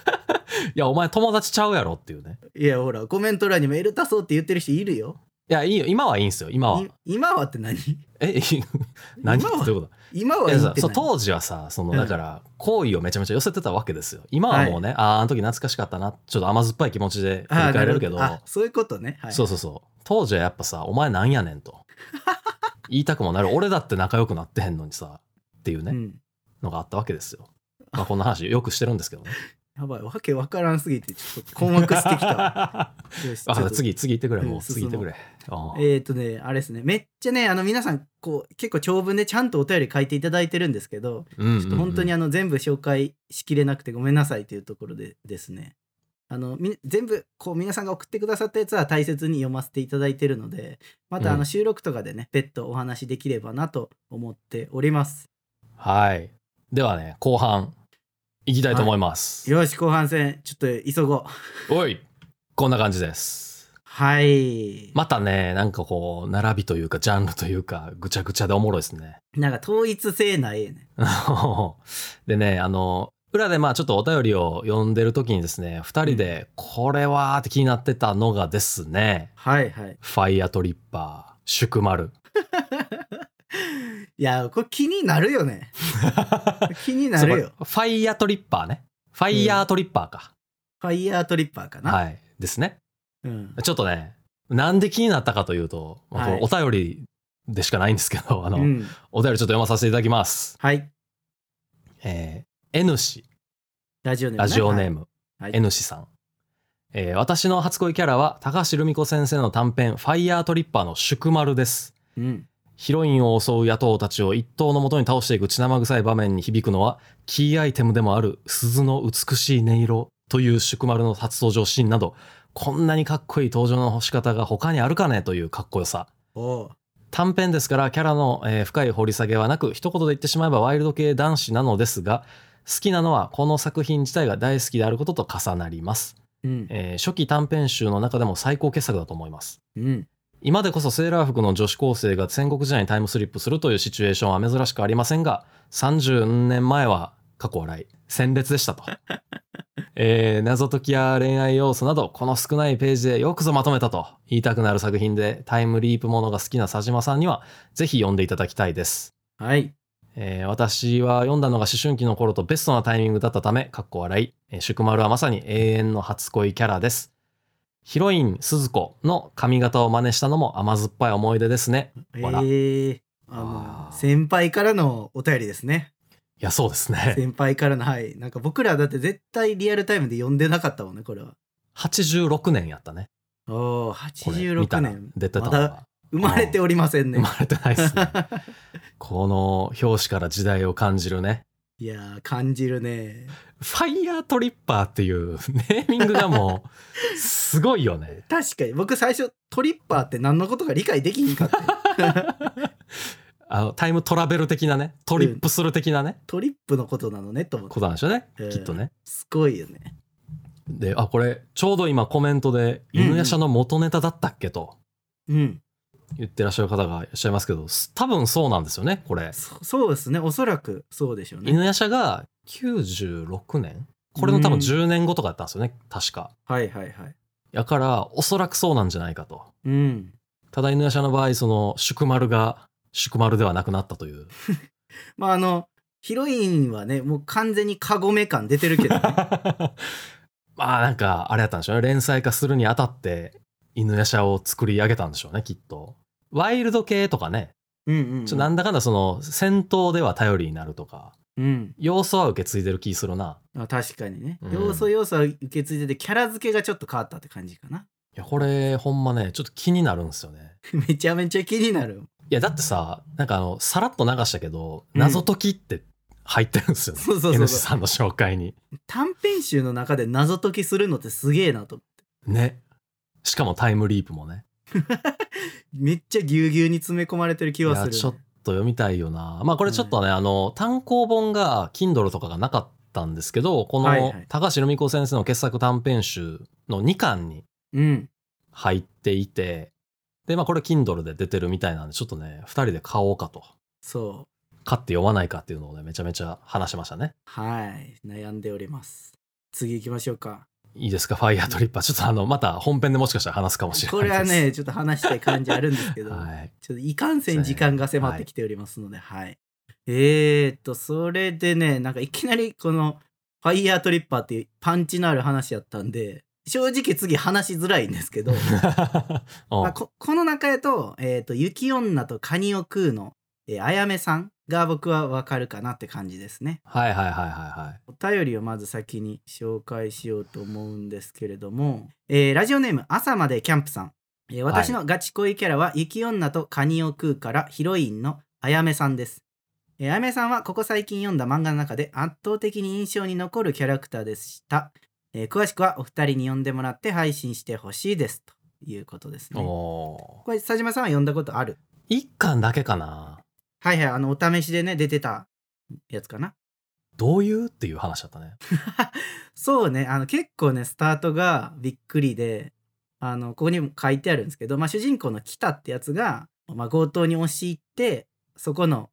いや、お前友達ちゃうやろっていうね。
いやほら、コメント欄にもエルタソーって言ってる人いるよ。。
いや、いいよ。今はいいんすよ。今はい
今はって何
え、いい何ってど
今は
ういうこと
今はい言
や
って
さ
ない。
そう当時はさその
うん
だから好意をめちゃめちゃ寄せてたわけですよ今はもうね、あああの時懐かしかったなちょっと甘酸っぱい気持ちで振
あ
り
あな
返れ
る
る
ほ
けど
どあそういうことね。はい、
そうそうそう当時はやっぱさ「お前なんやねん」 と言いたくもなる俺だって仲良くなってへんのにさっていうね、
うん。
のがあったわけですよまあこんな話よくしてるんですけどね
やばい、わけわからんすぎて、ちょっと困惑してきた わ。よしちょっと
あ次次行ってくれも
う
うん次行ってくれ、あー
えっ、とね、あれですね、めっちゃね、あの皆さん、こう、結構長文でちゃんとお便り書いていただいてるんですけど、
うんうんうん
ちょっと本当にあの全部紹介しきれなくてごめんなさいというところでですね、あのみ全部こう皆さんが送ってくださったやつは大切に読ませていただいてるので、またあ
う
の
ん
収録とかでね、別途お話できればなと思っております。
はいではね後半行きたいと思います、
よし、後半戦、ちょっと急ごう。
おいこんな感じです
はい。
またね、なんかこう、並びというか、ジャンルというか、ぐちゃぐちゃでおもろいですね。
なんか統一性ないね。
でね、あの、裏でまあちょっとお便りを読んでる時にですね、二人で、これはーって気になってたのがですね、
はいはい。
ファイアトリッパー、宿丸。
いや、これ気になるよね。気になるよ。
そうファイアトリッパーね。ファイヤートリッパーか。
ファイヤートリッパーかな。
はい。ですね。
うん。
ちょっとね、なんで気になったかというと、まあ
はい
これお便りでしかないんですけど、あ
う
の、
ん、
お便りちょっと読まさせていただきます。
はい。
えー、N 氏、
ラジオネーム、ね。
ラジオネーム。
はい。はい
N 氏さん、えー私の初恋キャラは高橋留美子先生の短編「ファイヤートリッパー」の宿丸です
うん。
ヒロインを襲う野党たちを一党のもとに倒していく血生臭い場面に響くのはキーアイテムでもある鈴の美しい音色という宿丸の初登場シーンなどこんなにかっこいい登場の仕方が他にあるかねというかっこよさ
おう
短編ですからキャラの、えー深い掘り下げはなく一言で言ってしまえばワイルド系男子なのですが好きなのはこの作品自体が大好きであることと重なります
うん。
えー初期短編集の中でも最高傑作だと思います。
うん。
今でこそセーラー服の女子高生が戦国時代にタイムスリップするというシチュエーションは珍しくありませんが、30年前は過去笑い、鮮烈でしたと。 えー謎解きや恋愛要素など、この少ないページでよくぞまとめたと言いたくなる作品で、タイムリープものが好きな佐島さんには、ぜひ読んでいただきたいです。
はい。
えー私は読んだのが思春期の頃とベストなタイミングだったため、かっこ笑い、えー宿丸はまさに永遠の初恋キャラです。ヒロイン、鈴子の髪型を真似したのも甘酸っぱい思い出ですね。
え
わら
ー、あ
あ
の、
ー
先輩からのお便りですね。
いや、そうですね。
先輩からの、はい。なんか僕らだって絶対リアルタイムで読んでなかったもんね、これは。
86年やったね。
おお、
これ見
86
たら
年。
出てた
ま
の
だ
が
生まれておりません
生
ね。
まれてないです ね。この表紙から時代を感じるね。
いやー、感じるね。
ファイヤートリッパーっていうネーミングがもう、すごいよね。
確かに、僕最初、トリッパーって何のことか理解できひんか った。
あのタイムトラベル的なね、トリップする的なね、
トリップのことなのね、と思って。
ことなんでしょうね
えー。
きっとね。
すごいよね。
で、あ、これ、ちょうど今コメントで、
うんうん
犬夜叉の元ネタだったっけと
うん。
言ってらっしゃる方がいらっしゃいますけど、す多分そうなんですよね、これ。
そそうですね。おそらくそうでしょうね。
犬夜叉が96年これの多分
うん
10年後とかだったんですよね、確か。
はいはいはい。
やから、おそらくそうなんじゃないかと。
うん。
ただ犬夜叉の場合、その、宿丸が、宿丸ではなくなったと いう。
まああの、ヒロインはね、もう完全にカゴメ感出てるけ ど、ね、
まあなんか、あれやったんでしょうね。連載化するにあたって、犬夜叉を作り上げたんでしょうね、きっと。ワイルド系とかね、
うんうん、うん。
ちょなんだかんだその戦闘では頼りになるとか
うん。
要素は受け継いでる気するな
あ確かにね。
うん
要素要素は受け継いでて、キャラ付けがちょっと変わったって感じかな。
いやこれほんまねちょっと気になるんですよね
めちゃめちゃ気になる。
いやだってさなんかあのさらっと流したけど
うん
謎解きって入ってるんですよね、
そうそうそうそう
N 氏さんの紹介に
短編集の中で謎解きするのってすげえなと。
ねしかもタイムリープもね
めっちゃぎゅうぎゅうに詰め込まれてる気
い
はす
や
る、ね。
ちょっと読みたいよな。まあこれちょっとね、あの、単行本が Kindle とかがなかったんですけど、こ
はいは
の
い
高橋留美子先生の傑作短編集の2巻に
うん。
入っていて、で、まあこれ Kindle で出てるみたいなんで、ちょっとね、2人で買おうかと。
そう。
買って読まないかっていうのをね、めちゃめちゃ話しましたね。
はい。悩んでおります。次行きましょうか。
いいですか、ファイヤートリッパー。ちょっとあの、また本編でもしかしたら話すかもしれない
これは
です。
ね、ちょっと話したい感じあるんですけ ど、
はい。
ちょっといかんせん時間が迫ってきておりますので、はい。えー、っと、それでね、なんかいきなりこの、ファイヤートリッパーっていうパンチのある話やったんで、正直次話しづらいんですけ ど、
うん
まあ、ここの中やと,、えー、と雪女とカニを食うの、えーあやめさんが僕はわかるかなって感じですね
はいはいはいはいはい。
お便りをまず先に紹介しようと思うんですけれども、えーラジオネーム朝までキャンプさん、えー私のガチ恋キャラは雪女とカニを食うからヒロインのあやめさんですえーあやめさんはここ最近読んだ漫画の中で圧倒的に印象に残るキャラクターでした、えー詳しくはお二人に読んでもらって配信してほしいですということですね
おー
これ佐島さんは読んだことある
一巻だけかな。
はいはいあのお試しでね出てたやつかな
どういうっていう話だったね。
そうねあの結構ねスタートがびっくりであのここにも書いてあるんですけど、まあ、主人公の北ってやつが、まあ、強盗に押し入ってそこの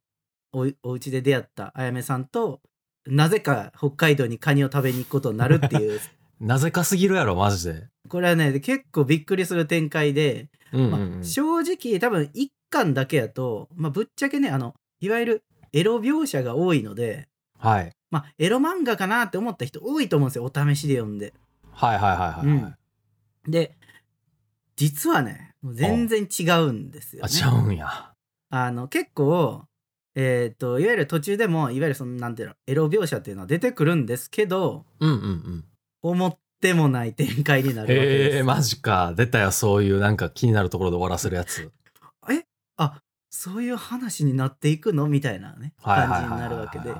おお家で出会ったあやめさんとなぜか北海道にカニを食べに行くことになるっ ていう
なぜかすぎるやろ、マジで。
これはね結構びっくりする展開で
うんうん
まあ
うん
正直多分一巻だけやと、まあ、ぶっちゃけねあのいわゆるエロ描写が多いので、
はい。
まあ、エロ漫画かなって思った人多いと思うんですよお試しで読んで。
はいはいはいはいはい。
うんで実はねもう全然違うんですよ、
あ、
ね。
ちゃうんや。
あの結構えっ、といわゆる途中でもいわゆるそのなんていうのエロ描写っていうのは出てくるんですけど
うんうんうん。
思ってもない展開になるわけです。
へえ、マジか。出たよ、そういうなんか気になるところで終わらせるやつ。
そういう話になっていくのみたいなね
はいはい
感
はいはいは
じにな
い
るわけで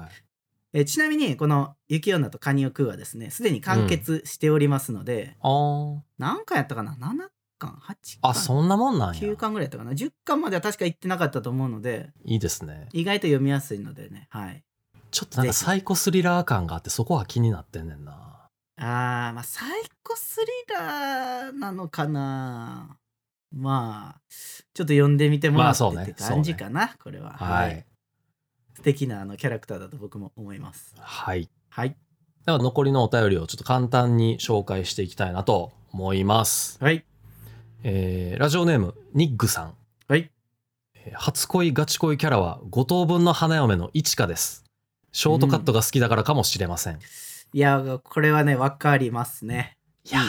えーちなみにこの「雪女とカニを食う」はですねすでに完結しておりますので、
あー
何巻やったかな7巻8巻
あ、そんなもんなんや。
9巻ぐらいやったかな10巻までは確か行ってなかったと思うので
いいですね。
意外と読みやすいのでねはい
ちょっとなんかサイコスリラー感があって、そこは気になってんねんな。
あーまあサイコスリラーなのかなまあちょっと読んでみてもらって
まあそうね
って感じかな、これは
はい。
素敵なあのキャラクターだと僕も思います
はい。
はい
では残りのお便りをちょっと簡単に紹介していきたいなと思います。
はい
えーラジオネーム、ニッグさん。
はい
えー初恋ガチ恋キャラは5等分の花嫁のいちかです。ショートカットが好きだからかもしれません。い
いやこれはね分かりますね
やー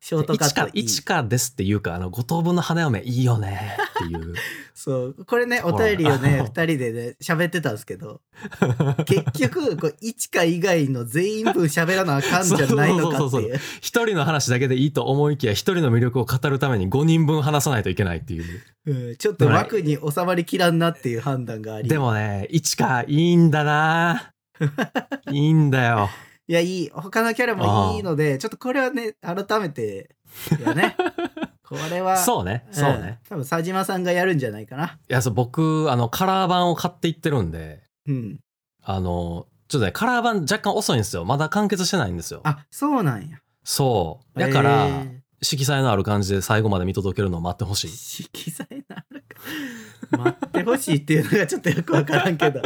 ショートカットい
い
い
ちかですっていうか、あの、5等分の花嫁いいよねって いう。
そうこれね
と
お
ころ
便りをね
あ
2
の
人でね喋ってたんですけど結局こう一か以外の全員分喋らなあかんじゃないのかって
そうそうそう
いう
一人の話だけでいいと思いきや、一人の魅力を語るために5人分話さないといけないっていう。
うんちょっと枠に収まりきらんなっていう判断があり
でもね、いちかいいんだないいんだ よ。
いやいい他のキャラもいいのでちょっとこれはね改めてや ねこれは
そうね、そうね。
ん多分佐島さんがやるんじゃないかない
や、そう、僕、あの、カラー版を買っていってるんで、
うん
あの、ちょっとね、カラー版若干遅いんですよ。まだ完結してないんですよ。
あそうなんや
そう。だから、
えー
色彩のある感じで最後まで見届けるのを待ってほしい。
色彩のあるか 待ってほしいっていうのがちょっとよくわからんけど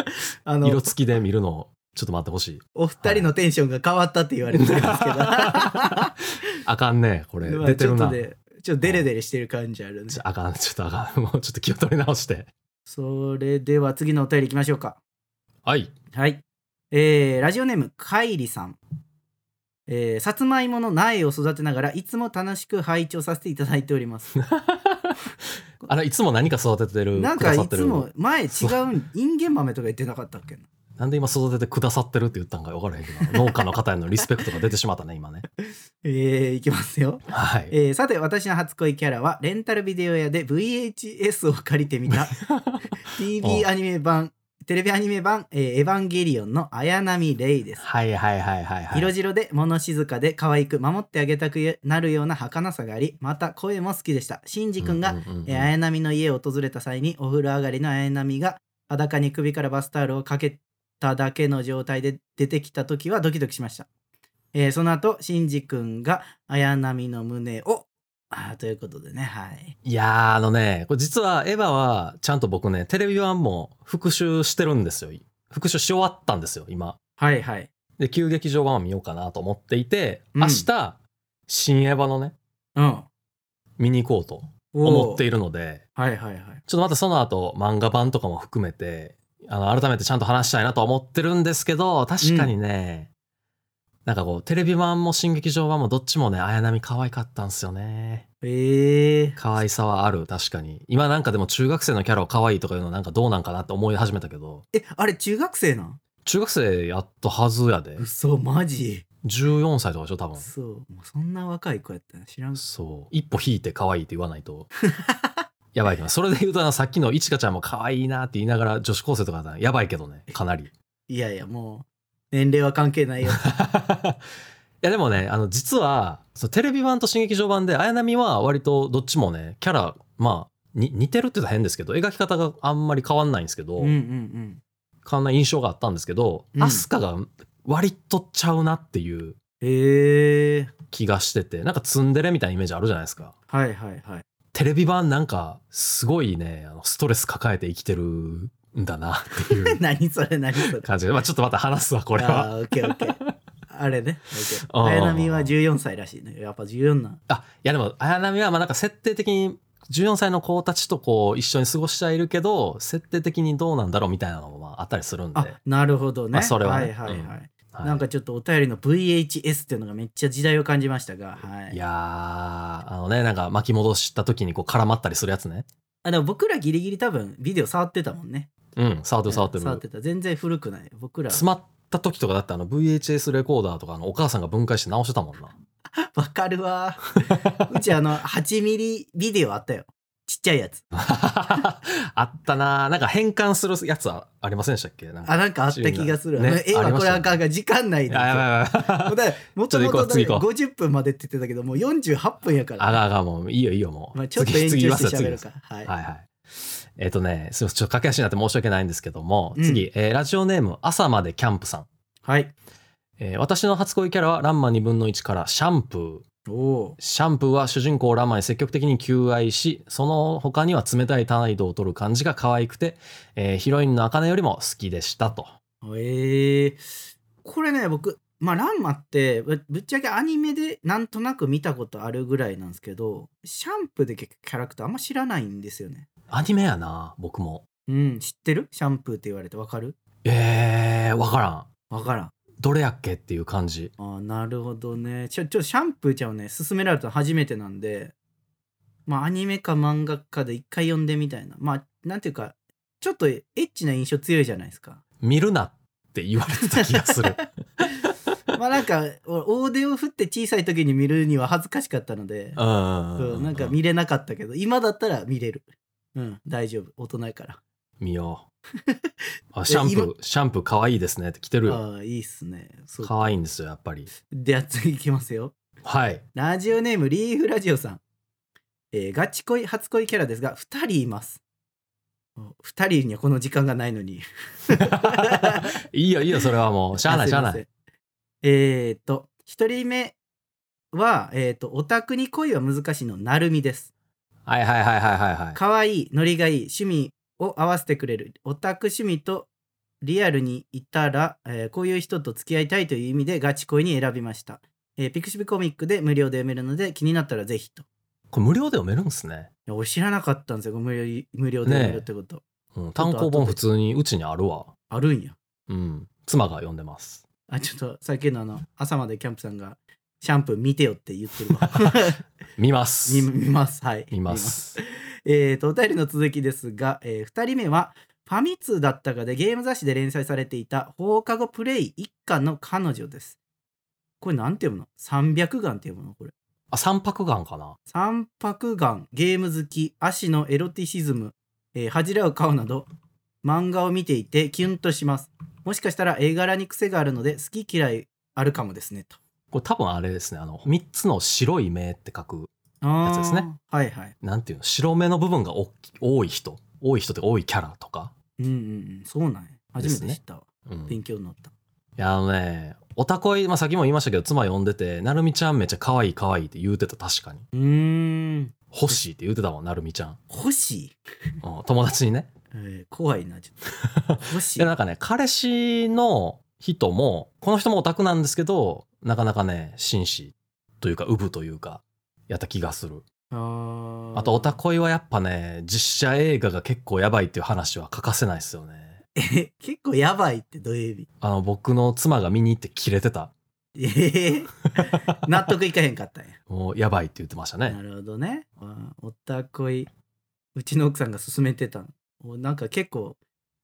あの
色付きで見るのをちょっと待ってほしい。
お二人のテンションが変わったって言われてるんですけど、
あかんね、これ。
まあ
出てるな。
ちょっとねちょっとデレデレしてる感じあるね
ちょあかん、ちょっとあかん。も うちょっと気を取り直して。
それでは次のお便りいきましょうか
はい。
はい。えーラジオネーム、カイリさん。えーさつまいもの苗を育てながらいつも楽しく拝聴させていただいてお ります。
あれ、いつも何か育ててる、
なん
く
か
ださっ
い
て
つ
る。
も前違うインゲン豆とか言ってなかったっけな
なんで今育ててくださってるって言ったんか分からへんけ ど、農家の方へのリスペクトが出てしまったね、今ね。
えー、いきますよ。
はい。
えーさて私の初恋キャラは レンタルビデオ屋で VHS を借りてみた TV アニメ版テレビアニメ版、えーエヴァンゲリオンの綾波レイです。
はいはいはいはいはい。
色白で物静かで可愛く守ってあげたくなるような儚さがありまた声も好きでしたシンジ君が、
うんうんうんうん
えー綾波の家を訪れた際にお風呂上がりの綾波が裸に首からバスタオルをかけただけの状態で出てきた時はドキドキしました、えーその後シンジ君が綾波の胸をあーということでねはい
いやーあのね、これ実はエヴァはちゃんと僕ね、テレビ版も復習してるんですよ。復習し終わったんですよ、今。
はいはい
で、旧劇場版を見ようかなと思っていて、
うん
明日、新エヴァのね、
うん
見に行こうと
おー
思っているので、
はいはいはい
ちょっとまたその後、漫画版とかも含めて、あの、改めてちゃんと話したいなとは思ってるんですけど、確かにね、なんかこう、テレビ版も新劇場版もどっちもね、綾波可愛かったんですよね。
ええー、
可愛さはある、確かに。今なんかでも中学生のキャラを可愛いとかいうのなんかどうなんかなって思い始めたけど、
えあれ中学生なん
中学生やったはずやで。
嘘マジ
14歳とかでしょ、多分。
そうもうそんな若い子やったな知らん
そう。一歩引いて可愛いって言わないと。 やばいけど、それで言うとあのさっきのいちかちゃんも可愛いなって言いながら女子高生とかだったらやばいけどね、かなり。
いやいや、もう、年齢は関係ないよ。
いやでもねあの実はそうテレビ版と新劇場版で綾波は割とどっちもねキャラまあに似てるって言ったら変ですけど描き方があんまり変わんないんですけど、
うんうんうん。
変わんない印象があったんですけど、
うん
アスカが割とちゃうなっていう
へえ、
気がしててなんかツンデレみたいなイメージあるじゃないですか
はいはいはい。
テレビ版なんかすごいねあのストレス抱えて生きてるんだなっていう
何それ何それ。
感じで、 まあ、ちょっとまた話すわこれは
あー、オッケーオッケー。あれね、オッケー。
あー
綾波は14歳らしいね。やっぱ14な。
あ、いやでも、綾波は、まあなんか設定的に、14歳の子たちとこう、一緒に過ごしてはいるけど、設定的にどうなんだろうみたいなのもまああったりするんで。
あ、なるほどね。
まあそれはね
いはいはい。
はい
なんかちょっとお便りの VHS っていうのがめっちゃ時代を感じましたが、はいい。
やー、あのね、なんか巻き戻した時にこう絡まったりするやつね。
あでも僕らギリギリ多分ビデオ触ってたもんね。
うん、触ってる触ってる。
触ってた。全然古くない。僕ら。
詰まった時とかだってあの VHS レコーダーとかあのお母さんが分解して直してたもんな。
わかるわ。 うちあの、8ミリビデオあったよ。ちっちゃいやつ。
あったなーなんか変換するやつあありませんでしたっけなんか。
あ、なんかあった気がする。
ね
ね、え、
ありま
こ
し
れ
たね
あかんが時間ない
い
で。
ややばい
も
やば
う
い。
だからもとも
ちょっと行ことう次行こ
50分までって言ってたけど、もう48分やから。
あがあがもういいよいいよもう。
まあ、ちょっと延
次次
長
言わせ
して
て次
喋
言わ
る
せて
か。はい。
はいはい。えっ、とね、すいません、ちょっと駆け足になって申し訳ないんですけども、
うん
次、えーラジオネーム、朝までキャンプさん。
はい。
えー私の初恋キャラは、ランマ2分の1からシャンプー。
おお
シャンプーは主人公をランマに積極的に求愛し、その他には冷たい態度を取る感じが可愛くて、えーヒロインの茜よりも好きでしたと。
ー。えー。これね、僕、まあ、ランマってぶ、ぶっちゃけアニメでなんとなく見たことあるぐらいなんですけど、シャンプーで結構キャラクターあんま知らないんですよね。
アニメやな、僕も。
うん、知ってるシャンプーって言われてわかる
えー、わからん。
わからん。
どれやっけっていう感じ。
ああなるほどねちょちょシャンプーちゃんをね勧められたの初めてなんでまあアニメか漫画かで一回読んでみたいなまあなんていうかちょっとエッチな印象強いじゃないですか
見るなって言われてた気がする。
まあなんかお大手を振って小さい時に見るには恥ずかしかったので
うんうんうん。
そううんなんか見れなかったけど今だったら見れるうん大丈夫大人やから
見よう。あシャン
いろ
プー、シャンプー可愛いですねって来てるよ。
ああいいっすねそう
可愛いんですよ、やっぱり。
では次いきますよ
はい。
ラジオネームリーフラジオさん、えーガチ恋初恋キャラですが2人いますお二人にはこの時間がないのに
いいよ、いいよ、それはもう。しゃあない、
す
しゃあ
ま
な
せん
い。
えーっと1人目はえーっとオタクに恋は難しいのなるみです
はいはいはいはいはいはい。
可愛いノリがいい趣味を合わせてくれるオタク趣味とリアルにいたら、えーこういう人と付き合いたいという意味でガチ恋に選びました、えーピクシブコミックで無料で読めるので気になったらぜひと
これ無料で読めるんですね。
いや俺知らなかったんですよ無料無料で
ねえ
読めるってこと、
うん、単行本普通にうちにあるわ。
あるんや
うん。妻が読んでます。
あちょっとさっきのあの朝までキャンプさんがシャンプー見てよって言って るわ
見ます。
見見ますはい
見ます。
えーとお便りの続きですが、え2人目はファミ通だったかでゲーム雑誌で連載されていた放課後プレイ一巻の彼女ですこれなんて読むの300巻って読むのこれ
あ、三白眼かな。
三白眼ゲーム好き足のエロティシズム、えー恥じらう顔など漫画を見ていてキュンとします。もしかしたら絵柄に癖があるので好き嫌いあるかもですねと。
これ多分あれですね、あの、3つの白い目って書く、
あー
やつですね。
はいはい。
なんていうの、白目の部分が大き多い人、多い人っていうか多いキャラとか。
うんうんうん。そうなんや。初めて知ったわ。
うん、い
勉強になった。
や、あのね、おたこい、まあ、さっきも言いましたけど、妻呼んでて、なるみちゃんめっちゃ可愛い可愛いって言うてた、確かに。
うーん。
欲しいって言うてたもん、なるみちゃん。
欲しい、
うん友達にね。
えー怖いな、ちょっ と。欲しい。
で、なんかね、彼氏の人も、この人もオタクなんですけど、なかなかね、紳士というか、ウブというか、やった気がする。
あ
あと、オタ
ク。
コイはやっぱね、実写映画が結構やばいっていう話は欠かせないですよね。
え結構やばいってどういう意味
あの、僕の妻が見に行ってキレてた。
ええ納得いかへんかったんや。
もう、やばいって言ってましたね
な。るほどね。あーおったこいうちの奥さんが勧めてたの。おなんか結構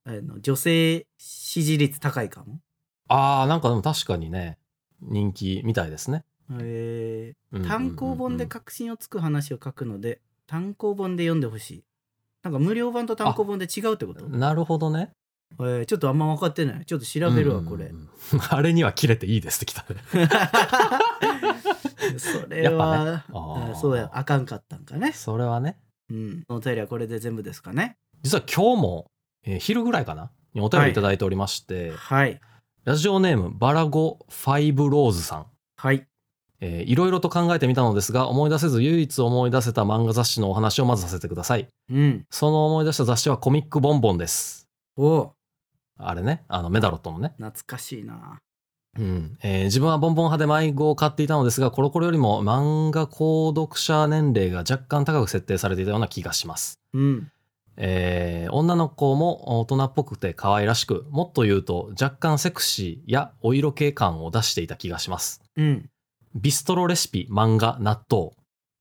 あの女性支持率高いかも。
あー、なんかでも確かにね、人気みたいですね。
え
うんうん
ー、
うんうん
単行本で確信をつく話を書くので単行本で読んでほしい。なんか無料版と単行本で違うってこと
なるほどね。
えーちょっとあんま分かってない。ちょっと調べるわ、
うんうん
これ
う。ん。 あれにはキレていいですってきた ね。
それは、
ぱねあー
あそうや、あかんかったんかね。
それはね。
うん。お便りはこれで全部ですかね。
実は今日も、えー昼ぐらいかなにお便りいただいておりまして、
はい。
ラジオネームバラゴファイブローズさん。
はい。
えーいろいろと考えてみたのですが思い出せず唯一思い出せた漫画雑誌のお話をまずさせてください
うん。
その思い出した雑誌はコミックボンボンです
おう
あれねあのメダロットのね、
懐かしいな。
うんえー自分はボンボン派で迷子を買っていたのですがコロコロよりも漫画購読者年齢が若干高く設定されていたような気がします
うん。
えー女の子も大人っぽくて可愛らしくもっと言うと若干セクシーやお色気感を出していた気がします
うん。
ビストロレシピ、漫画、納豆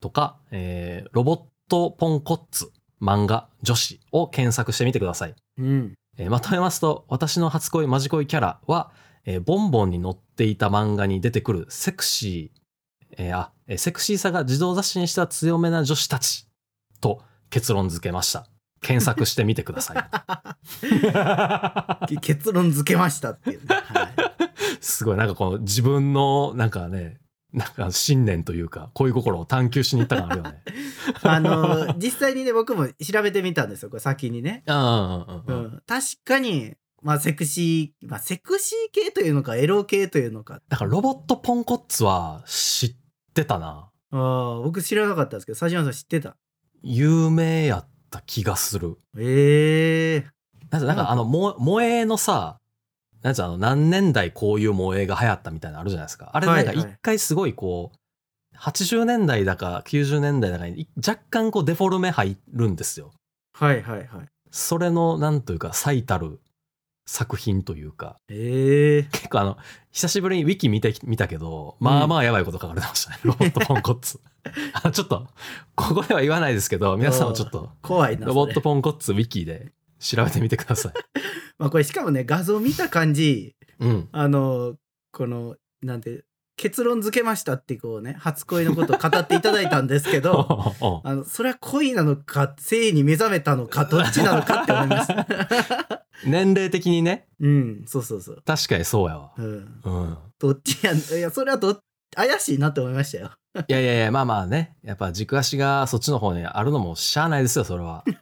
とか、えーロボットポンコッツ、漫画、女子を検索してみてください。
うん。
えーまとめますと、私の初恋、マジ恋キャラは、えーボンボンに載っていた漫画に出てくるセクシー、えーあ、えーセクシーさが自動雑誌にした強めな女子たちと結論付けました。検索してみてくだ さい。
け結論付けましたっていうね。はい
すごい、なんかこの自分の、なんかね、なんか信念というか、恋心を探求しに行った感あるよね。
あの、実際にね、僕も調べてみたんですよ、これ先にね。
うんう
うん
うんうん。
ん。確かに、まあ、セクシー、まあ、セクシー系というのか、エロ系というのか。
だからロボットポンコッツは知ってたな。
ああ、僕知らなかったんですけど、佐島さん知ってた。
有名やった気がする。
ええ
なんかなんかあの、も萌えのさ、なんつうのあの、何年代こういう萌えが流行ったみたいなのあるじゃないですか。あれなんか
はいはい
一回すごいこう、80年代だか90年代だかにい若干こうデフォルメ入るんですよ。
はいはいはい。
それのなんというか最たる作品というか、
ええ
結構あの、久しぶりにウィキ見てき、見たけど、まあまあやばいこと書かれてましたね。ロボットポンコッツ。あの、ちょっと、ここでは言わないですけど、皆さんもちょっと、
怖いな。
ロボット
それ
ポンコッツウィキで調べてみてください。
まあこれしかもね、画像見た感じ、
うん。
あの、この、なんて、結論付けましたってこうね、初恋のことを語っていただいたんですけど、
おう
あの、それは恋なのか、性に目覚めたのか、 どっちなのかって思いました。
年齢的にね、
うん、そうそうそう。
確かにそうやわ。
うん。
うん。
どっちやん、いや、それはどっ、怪しいなって思いましたよ。
いやいやいや、まあまあね、やっぱ軸足がそっちの方にあるのもしゃあないですよ、それ は。も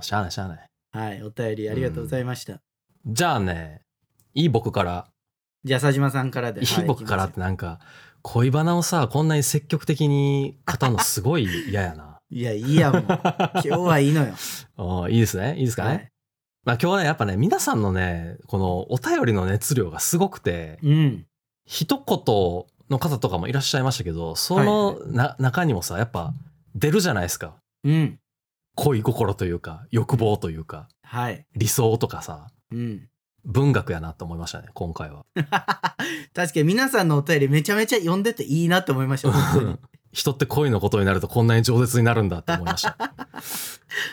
うしゃあない、しゃあない。
はい、お便りありがとうございました。
じゃあね、いい僕から
じゃあ、佐島さんからで。
いい僕から
は
っ
い
てなんか恋バナをさこんなに積極的に語るのすごい嫌や な
いや、いいや、もう。今日はいいのよ。
おいいですねいいですかね、
はい
まあ今日はねやっぱね皆さんのねこのお便りの熱量がすごくて
うん。
一言の方とかもいらっしゃいましたけどそのな、中にもさやっぱ出るじゃないですか
うん。
恋心というか欲望というか
はい。
理想とかさ
うん。
文学やなと思いましたね今回は
確かに皆さんのお便りめちゃめちゃ読んでていいなって思いました本当に
人って恋のことになるとこんなに饒舌になるんだって思いました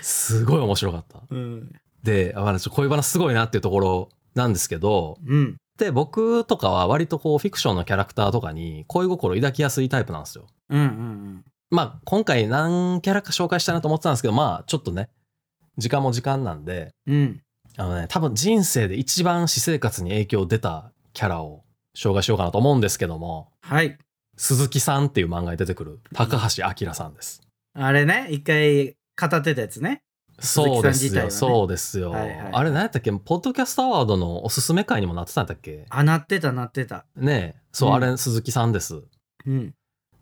すごい面白かった
うん
で、あまあ、ちょっと恋バナすごいなっていうところなんですけど、
うん
で、僕とかは割とこう、フィクションのキャラクターとかに恋心抱きやすいタイプなんですよ。
うんうん
まあ、今回何キャラか紹介したいなと思ってたんですけど、まあ、ちょっとね、時間も時間なんで、
うんうん
あのね、多分人生で一番私生活に影響出たキャラを紹介しようかなと思うんですけども、
はい。
鈴木さんっていう漫画に出てくる高橋明さんです。
あれね、一回語ってたやつね。鈴木
そう
さん
です
自体は
よ、
ね
そうですよ。
はいはい
あれ何やったっけポッドキャストアワードのおすすめ会にもなってたんだっけ
あ、なってた、なってた。
ねえ、そう、
うん
あれ鈴木さんです。
うん。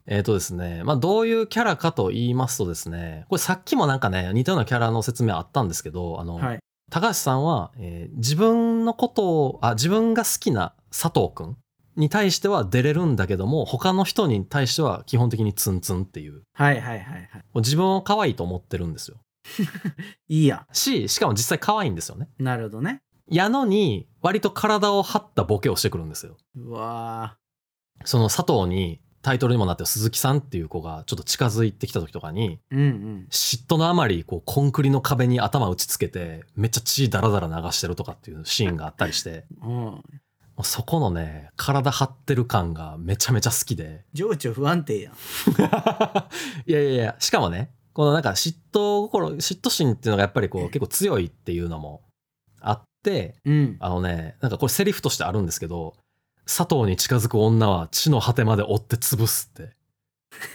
えっ、とですね、まあどういうキャラかと言いますとですね、これさっきもなんかね、似たようなキャラの説明あったんですけど、あの、
はい。
高橋さんは、えー自分のことをあ自分が好きな佐藤くんに対しては出れるんだけども他の人に対しては基本的にツンツンっていう
はいはいはいはい。
自分を可愛いと思ってるんですよ
いいや。
ししかも実際可愛いんですよね
なるほどね。
やのに割と体を張ったボケをしてくるんですよ
うわ
その佐藤にタイトルにもなってる鈴木さんっていう子がちょっと近づいてきた時とかに
ー。うんうん。
嫉妬のあまりこうコンクリの壁に頭打ちつけてめっちゃ血ダラダラ流してるとかっていうシーンがあったりして
うん。
もうそこのね体張ってる感がめちゃめちゃ好きで
情緒不安定やん。
いやいやいやしかもねこのなんか嫉妬心嫉妬心っていうのがやっぱりこう結構強いっていうのもあって
うん。
あのねなんかこれセリフとしてあるんですけど「佐藤に近づく女は地の果てまで追って潰す」って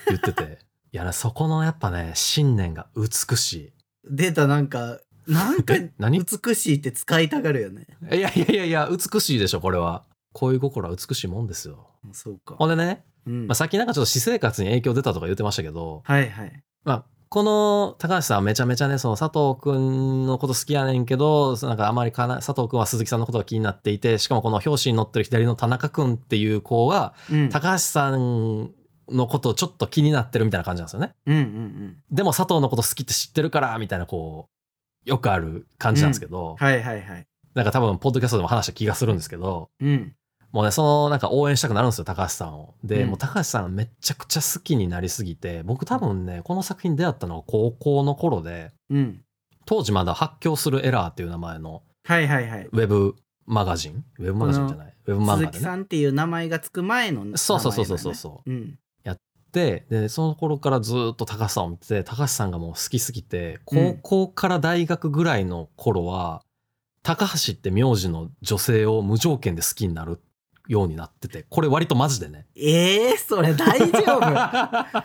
言ってて いやねそこのやっぱね信念が美しい。
出たなんか、なんか
え何
美しいって使いたがるよね。
いやいやいやいや美しいでしょこれは。恋心は美しいもんですよ。
そうか
ほ。んでね、
うん
まあ、さっきなんかちょっと私生活に影響出たとか言ってましたけど、
はいはい。
まあ、この高橋さんはめちゃめちゃね、その佐藤くんのこと好きやねんけど、なんかあまりかな、佐藤くんは鈴木さんのことが気になっていて、しかもこの表紙に載ってる左の田中くんっていう子は、
うん。
高橋さんのことをちょっと気になってるみたいな感じなんですよね。
うんうんうん。
でも佐藤のこと好きって知ってるから、みたいなこう、よくある感じなんですけど、
はいはいはい。
なんか多分、ポッドキャストでも話した気がするんですけど、
うん。
もうね、そのなんか応援したくなるんですよ、高橋さんを。で、
うん
もう高橋さんめちゃくちゃ好きになりすぎて、僕多分ね、この作品出会ったのが高校の頃で、
うん。
当時まだ発狂するエラーっていう名前の
はいはいはい。
ウェブマガジンウェブマガジンじゃないウェブ漫
鈴
画
木
でね
さんっていう名前がつく前の名前だよね。。
そうそうそうそうそうそう
うん。
うででその頃からずっと高橋さんを見てて高橋さんがもう好きすぎて高校から大学ぐらいの頃は、高橋って名字の女性を無条件で好きになるようになっててこれ割とマジ でね
ええそれ大丈夫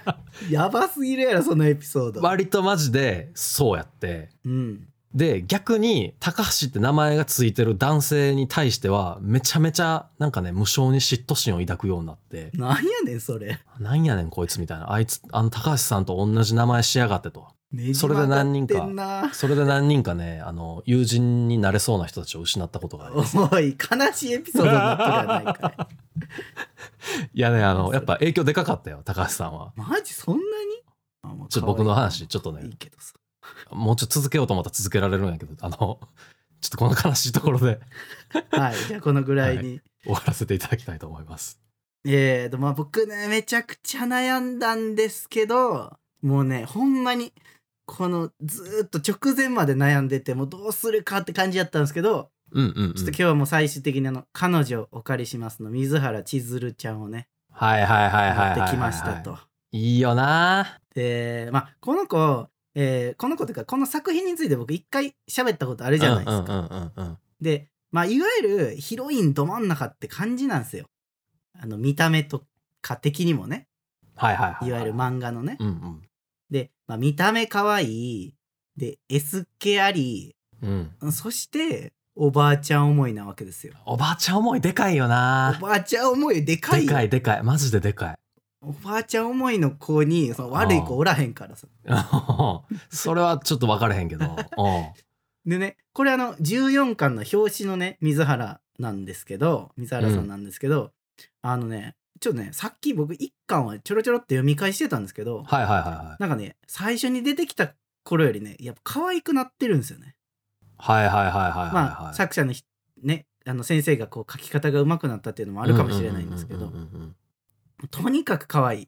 やばすぎるやろ、そのエピソード。
割とマジでそうやって
うん。
で逆に高橋って名前がついてる男性に対してはめちゃめちゃなんかね無性に嫉妬心を抱くようになって
なんやねん、それ。
なんやねんこいつみたいなあいつあの高橋さんと同じ名前しやがってと
ねじ
それで何人か
曲がって
それで何人かねあの友人になれそうな人たちを失ったことがあります
んな。おい、悲しいエピソードになったじゃないかい。
いやねあのやっぱ影響でかかったよ高橋さん は
マジ、そんなにあもう
ちょっと僕の話ちょっと
可愛い
ね
いいけどさ。
もうちょっと続けようと思ったら続けられるんやけどあのちょっとこの悲しいところで
はい、じゃあこのぐらいに。
終わらせていただきたいと思います
えーと、まあ僕ね、めちゃくちゃ悩んだんですけど、もうね、ほんまに、このずーっと直前まで悩んでて、もうどうするかって感じやったんですけど、
うんうん、うん、
ちょっと今日はもう最終的にあの、彼女をお借りしますの、水原千鶴ちゃんをね、
はいはいはいはいはいはい
持ってきましたと。
いいよな
で、まあこの子、えーこの子というか、この作品について僕一回喋ったことあるじゃないですか。
うんうんうんうんうん
で、まあいわゆるヒロインど真ん中って感じなんですよ。あの、見た目とか的にもね、
はいはいはい
いわゆる漫画のね。
うん
で、まあ、見た目可愛いで S 系あり
うんうん
そしておばあちゃん思いなわけですよ
おばあちゃん思いでかいよ
お
な
ばあちゃん思いでかい
でかいでかいマジででかい
おばあちゃん思いの子にその悪い子おらへんからさ
それはちょっと分かれへんけどう
でねこれあの14巻の表紙のね水原なんですけど水原さんなんですけど、あのねちょっとねさっき僕1巻はちょろちょろって読み返してたんですけど
んはいはいはいはい
なんかね最初に出てきた頃よりねやっぱ可愛くなってるんですよね
はいはいはいはいはい
まあ、
はい
作者のひねあの先生がこう書き方が上手くなったっていうのもあるかもしれないんですけ
う
ど
ううんうんうん
とにかく可愛い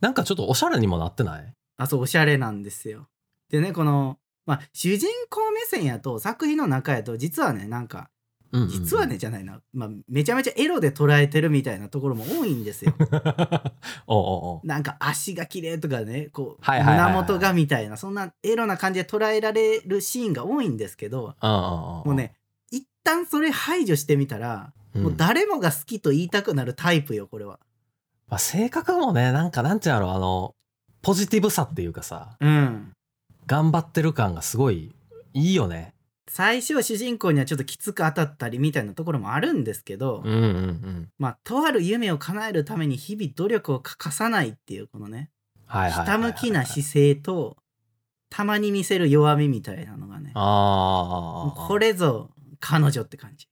なんかちょっとおしゃれにもなってない
あそうおしゃれなんですよでねこの、まあ、主人公目線やと作品の中やと実はねなんか
うんうん
実 はねじゃないな、まあ、めちゃめちゃエロで捉えてるみたいなところも多いん ですよ
おうおうおう
なんか足が綺麗とかねこう
はいはいはいはい
胸元がみたいなそんなエロな感じで捉えられるシーンが多いんですけど
うんうんうん
もうね一旦それ排除してみたら、
うん
もう誰もが好きと言いたくなるタイプよこれは。
まあ、性格もねなんかなんていうんやろあのポジティブさっていうかさ
うん
頑張ってる感がすごいいいよね
最初主人公にはちょっときつく当たったりみたいなところもあるんですけど、
うんうんうん
まあとある夢を叶えるために日々努力を欠かさないっていうこのね
はいはい
ひ
はい
た
はい
むきな姿勢とたまに見せる弱みみたいなのがね
ああ
これぞ彼女って感じ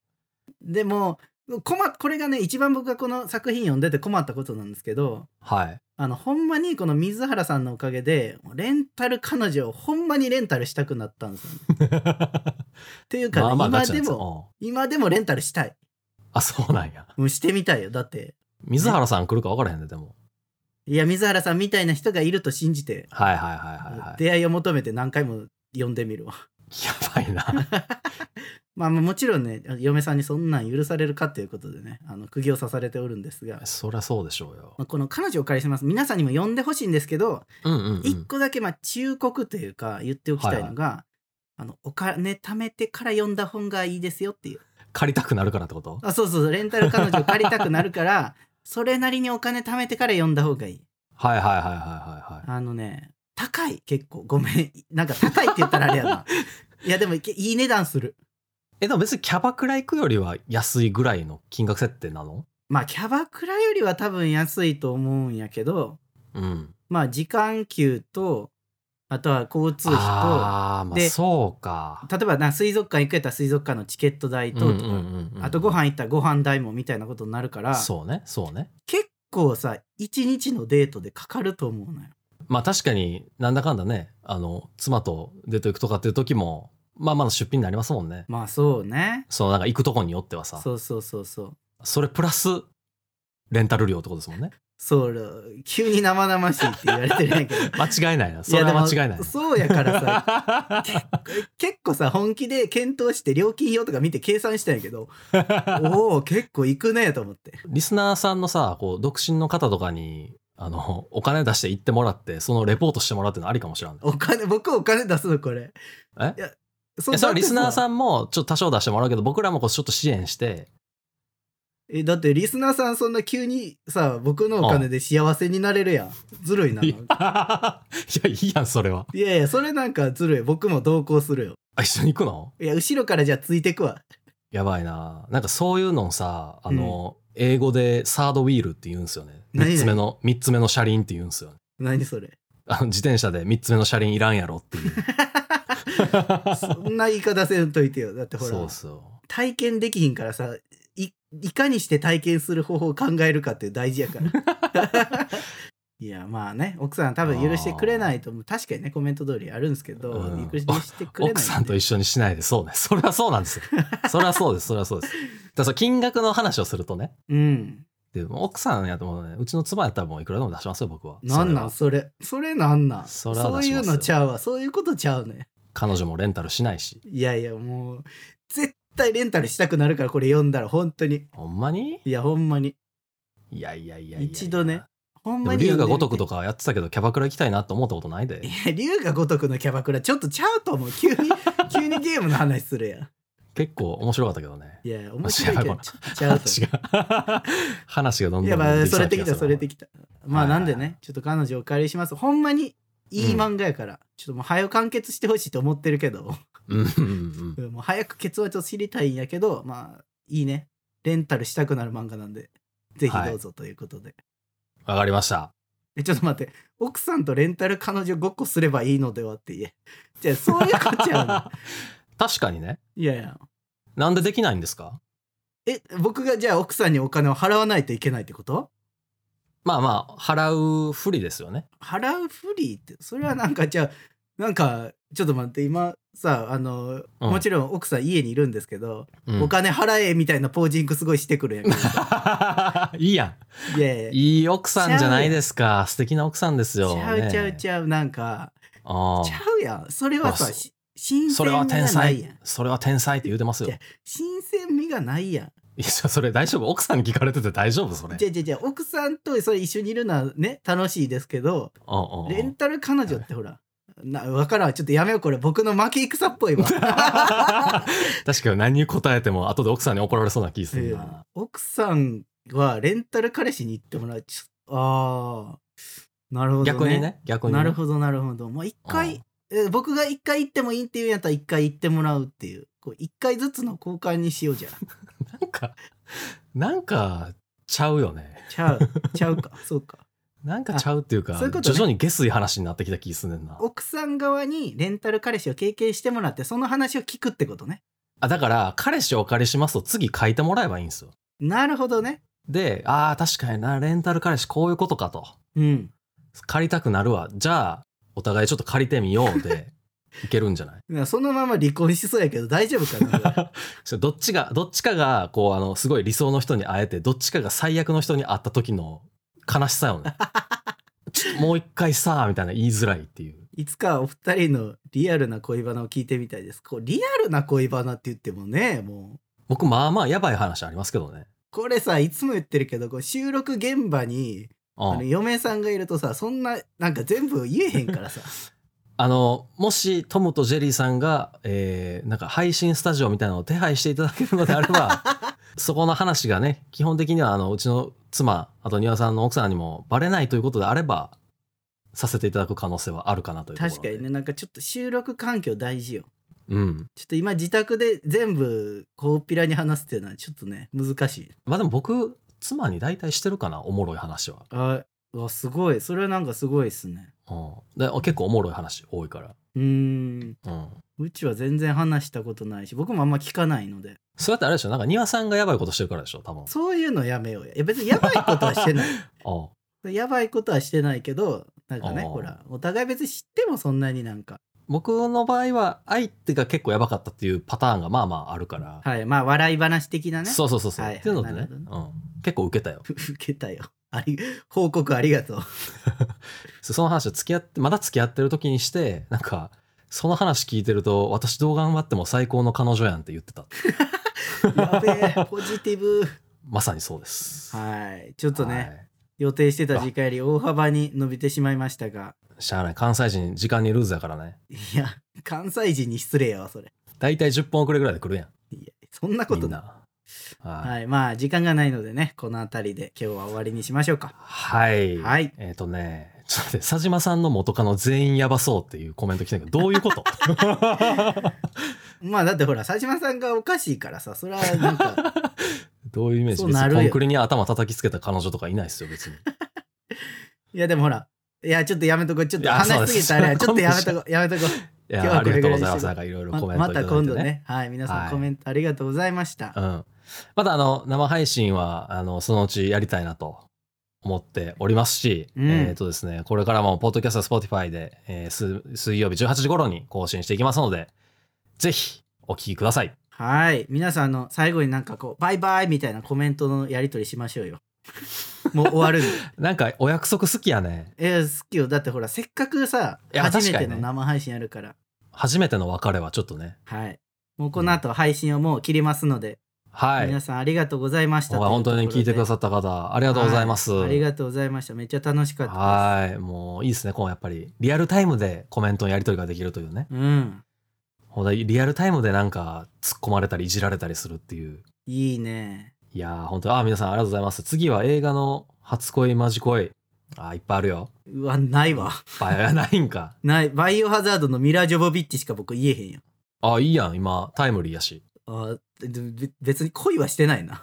でも困っこれがね一番僕がこの作品読んでて困ったことなんですけど
はい
あのほんまにこの水原さんのおかげでレンタル彼女をほんまにレンタルしたく なったんですよ、ね、っていうか、ね今
な
で
やつ
も
うん
今でもレンタルしたい
あそうなんや
もうしてみたいよだって
水原さん来るか分からへんねでも
いや水原さんみたいな人がいると信じて
はいはいはいはいはい
出会いを求めて何回も呼んでみるわ
やばいな
まあまあもちろんね嫁さんにそんなん許されるかということでねあの釘を刺されておるんですが、
そりゃそうでしょうよ
まあ、この彼女をお借りします皆さんにも呼んでほしいんですけど、
うんうん、うん、
一個だけまあ忠告というか言っておきたいのが、あのお金貯めてから呼んだ本がいいですよっていう
借りたくなるからってこと
あそうそうそうレンタル彼女を借りたくなるから それなりにお金貯めてから呼んだ方がいい
はいはいはいはいはいはい
あのね高い結構ごめんなんか高いって言ったらあれ やないやでもいけいい値段する
えでも別にキャバクラ行くよりは安いぐらいの金額設定なの
まあキャバクラよりは多分安いと思うんやけど
うん
まあ時間給とあとは交通費と
ああまあ
で
そうか
例えばな水族館行くやったら水族館のチケット代ととか、あとご飯行ったらご飯代もみたいなことになるから
そうねそうね
結構さ1日のデートでかかると思うのよ。
まあ確かになんだかんだねあの妻と出て行くとかっていう時もまあまあの出費になりますもんね
まあそうね
そのなんか行くとこによってはさ
そうそうそうそう
それプラスレンタル料ってことです もんね
そう急に生々しいって言われてるんやけど
間違いないなそれは間違いない
やでもそうやからさ
さ
結構さ本気で検討して料金表とか見て計算したんや けどおお結構いくねと思って
リスナーさんのさこう独身の方とかにあのお金出して行ってもらってそのレポートしてもらうっていうのありかもしれない
お金僕お金出すのこれ
え
いや
い
そ
やそれはリスナー
ん
さんもちょっと多少出してもらうけど僕らもこうちょっと支援して
えだってリスナーさんそんな急にさ僕のお金で幸せになれるやんずる いない
やいやいいやんそれはい
やいやそれなんかずるい僕も同行するよ
あ一緒に行くの
いや後ろからじゃあついてくわ
やばいななんかそういうのをさあの、英語でサードウィールって言うんですよね
何々
3つ目の三つ目の車輪って言うんですよね
何それ
あの自転車で3つ目の車輪いらんやろって いう
そんな言い方せんといてよだってほ
そう
ら
そ
体験できひんからさいいかにして体験する方法を考えるかって大事やから いやまあね奥さん多分許してくれないと思う確かにねコメント通りあるんですけど、
うん
許して
う
くれない
奥さんと一緒にしないでそうねそれはそうなんですよそれはそうですそれはそうですだからその金額の話をするとね
うん
でも奥さんやと思うねうちの妻やったらもういくらでも出しますよ僕は
なんなん
それは
それそれなんなん
そ
そ
れは出
う
し
い
ま
う
すよ
のちゃうわそういうことちゃうね
彼女もレンタルしないし
いやいやもう絶対レンタルしたくなるからこれ読んだら本当に
ほんまに
いやほんまに
いやいやいやいやいや
一度ねほん
で
ま
も
に
龍
読
が
んでみて
如くとかやってたけどキャバクラ行きたいなと思ったことないで
いや龍が如くのキャバクラちょっとちゃうと思う 急に急にゲームの話するやん
結構面白かったけどね
いや面白いけどちょっとちゃうと
話
思
が 話がどんど
う
ん
いやまあそれてきた
気がす
そ
る
れてきたまあなんで
はいはい
ねちょっと彼女お借りしますほんまにいい
うん
漫画やから、ちょっともう早く完結してほしいと思ってるけど
うんうんうん
もう早く結末を知りたいんやけどまあいいねレンタルしたくなる漫画なんでぜひどうぞということで、
わかりました
えちょっと待って奥さんとレンタル彼女ごっこすればいいのではって言えじゃあそういうことちゃ うの
確かにね
いやいや
なんでできないんですか
え僕がじゃあ奥さんにお金を払わないといけないってこと
まあまあ払う不利ですよね
払うフリーってそれはなんかじゃあなんかちょっと待って今さあの、
うん
もちろん奥さん家にいるんですけど、
うん
お金払えみたいなポージングすごいしてくるやんか
いいや
いやいや
んいい奥さんじゃないですか素敵な奥さんですよ
ちゃうちゃう
ゃう
ちゃうなんか
あ
ちゃうやんそれは
あ
さ
そう
し新
それ
鮮
は
味が
天
ないや
才
ん。
それは天才って言うてますよ。
じゃ新鮮味がないやん
いや、それ大丈夫奥さんに聞かれてて大丈夫それ。
じゃじゃじゃ奥さんとそれ一緒にいるのはね楽しいですけど
うんうんうん
レンタル彼女ってほらな分からんちょっとやめようこれ僕の負け戦っ ぽいわ
確かに何に答えても後で奥さんに怒られそうな気する
うん
な。
奥さんはレンタル彼氏に行ってもらうちょあーなるほど、ね、
逆にね、逆にね。
なるほどなるほどもう一回え僕が一回行ってもいいっていうんやったら一回行ってもらうっていうこう一回ずつの交換にしようじゃん
なんか、なんか、ちゃうよね。
ち ゃうちゃうかそうか
なんかちゃうっていうか、
あそういうことね
徐々に下水話になってきた気すんねんな。
奥さん側にレンタル彼氏を経験してもらってその話を聞くってことね
あだから、彼氏お借りしますと次書いてもらえばいいんですよ。
なるほどね
で、ああ、確かにな、レンタル彼氏こういうことかと。
うん
借りたくなるわ。じゃあ、お互いちょっと借りてみよう で、いけるんじゃない
いやそのまま離婚しそうやけど大丈夫かなこ れ
そうどっちが、どっちかが、こう、あの、すごい理想の人に会えて、どっちかが最悪の人に会った時の悲しさよ ね。ちょっともう一回さ、みたいな言いづらいっていう。
いつかお二人のリアルな恋バナを聞いてみたいですこうリアルな恋バナって言ってもねもう
僕、まあまあ、やばい話ありますけどね。
これさいつも言ってるけどこう収録現場に
う
あの
ん。
嫁さんがいるとさそんななんか全部言えへん からさ
あの、もし、トムとジェリーさんが、えー、なんか、配信スタジオみたいなのを手配していただけるのであれ ば、そこの話がね、基本的には、あの、うちの妻、あと、庭さんの奥さんにもバレないということであれば、させていただく可能性はあるかなというところ
確
で
かにね。なんかちょっと収録環境大事よ
うん。
ちょっと今自宅で全部こうっぴらに話すっていうのはちょっとね難しい
まあでも僕、妻に大体してるかな、おもろい話は。
あうわすごいそれはなんかすごいっすね
うん、で結構おもろい話多いから。
うーん
うん。
うちは全然話したことないし僕もあんま聞かないので
そうやってあれでしょ、なんか庭さんがやばいことしてるからでしょ、多分。
そういうのやめようやいや別にやばいことはしてない
うん
やばいことはしてないけどなんかね
あー
ほらお互い別に知ってもそんなになんか
僕の場合は、相手が結構やばかったっていうパターンがまあまああるから。
はいまあ笑い話的なね
そうそうそうそう。
はいはい
っていうのでね
なるほ
うん、結構受けたよ。
受けたよあり報告ありがとう
そその話を付き合って、まだ付き合ってる時にして、なんか、その話聞いてると、私どう頑張っても最高の彼女やんって言ってた。
やべ えポジティブ
まさにそうです。
はいちょっ
い
とね、予定してた時間より大幅に伸びてしまいましたが
しゃあない。関西人、時間にルーズやからね。
いや関西人に失礼やわそれ
大体10分遅れぐらいで来るやん。
いやそんなこ
み
と
ん
ない
な。はい。
はいまあ時間がないのでねこの辺りで今日は終わりにしましょうか
はい。
はい
えっ、とね、ちょっと待って、佐島さんの元カノ全員やばそうっていうコメント来たけど、どういうこと
まあだってほら佐島さんがおかしいからさそれはなんか
どういうイメージ
そう
別
なる
に
よ
コンクリに頭叩きつけた彼女とかいないですよ、 別に。
いやでもほらいやちょっとやめとこうちょっと
いやそう
話
で
し
す
すぎたらやちょっとやめとこうやめとこ
いや
今日は
ありがとうござい
これぐらいに
ます。
して
なんかいろいろ
うま
コメント
ま
いただ
た
いて、ね
今度ねはい皆さ
は
ん
い
コメントありがとうございました、
うん。またあの、生配信は、あの、そのうちやりたいなと思っておりますし、
うん
えっ、とですね、これからも、ポッドキャスト、Spotify で、えーす水曜日18時頃に更新していきますので、ぜひ、お聞きください。
はい皆さんあの最後になんかこうバイバイみたいなコメントのやり取りしましょ うよもう終わるんで
なんか、お約束好きやね。
えー、好きよだってほらせっかくさ
いや
初めて
確か
の
にね
生配信やるから
初めての別れはちょっとね。
はいもうこの後配信をもう切りますので、
はい。
皆さんありがとうございました
今回本当に聞いてくだ
っ
さった方、あり
あ
がとうございます。
ありがとうございましためっちゃ楽しかったです
はい。もういいですね。こうやっぱり、リアルタイムでコメントのやり取りができるというね。
うん
ほんとリアルタイムでなんか、突っ込まれたり、いじられたりするっていう。
いいね
いやー、本当あー皆さんありがとうございます。次は映画の初恋、マジ恋。あーいっぱいあるよ。
うわない
い
わ
っぱいないんか。
ないバイオハザードのミラ・ジョボビッチしか僕言えへんよ
あーいいやん。今、タイムリーやし。
あーでで別に恋はしてないない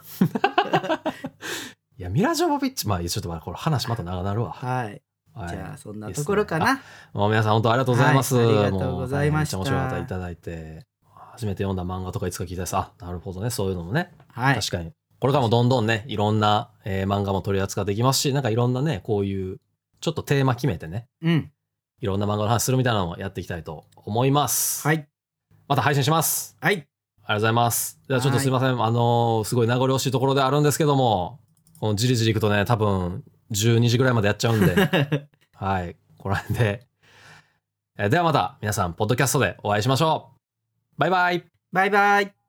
や、ミラ・ジョボビッチ。まあ、いやちょっとまあこれ話また長なるわ。
はい、
はい
じゃあそんなところかな、
もう皆さん本当ありがとうございます。
はいありがとうございました
もう大変めっちゃ面白い方いただいて、初めて読んだ漫画とかいつか聞いたやつ、あ、なるほどね、そういうのもね、
はい
確かに。これからもどんどんね、いろんな、えー漫画も取り扱っていきますし、なんかいろんなね、こういう、ちょっとテーマ決めてね、
うん
いろんな漫画の話するみたいなのもやっていきたいと思います。
はい
また配信します。
はい
ありがとうございます。ではちょっとすいません、あのーすごい名残惜しいところであるんですけども、このじりじりいくとね、多分12時ぐらいまでやっちゃうんで、はい、この辺で。えーではまた皆さん、ポッドキャストでお会いしましょう。バイバイ。
バイバイ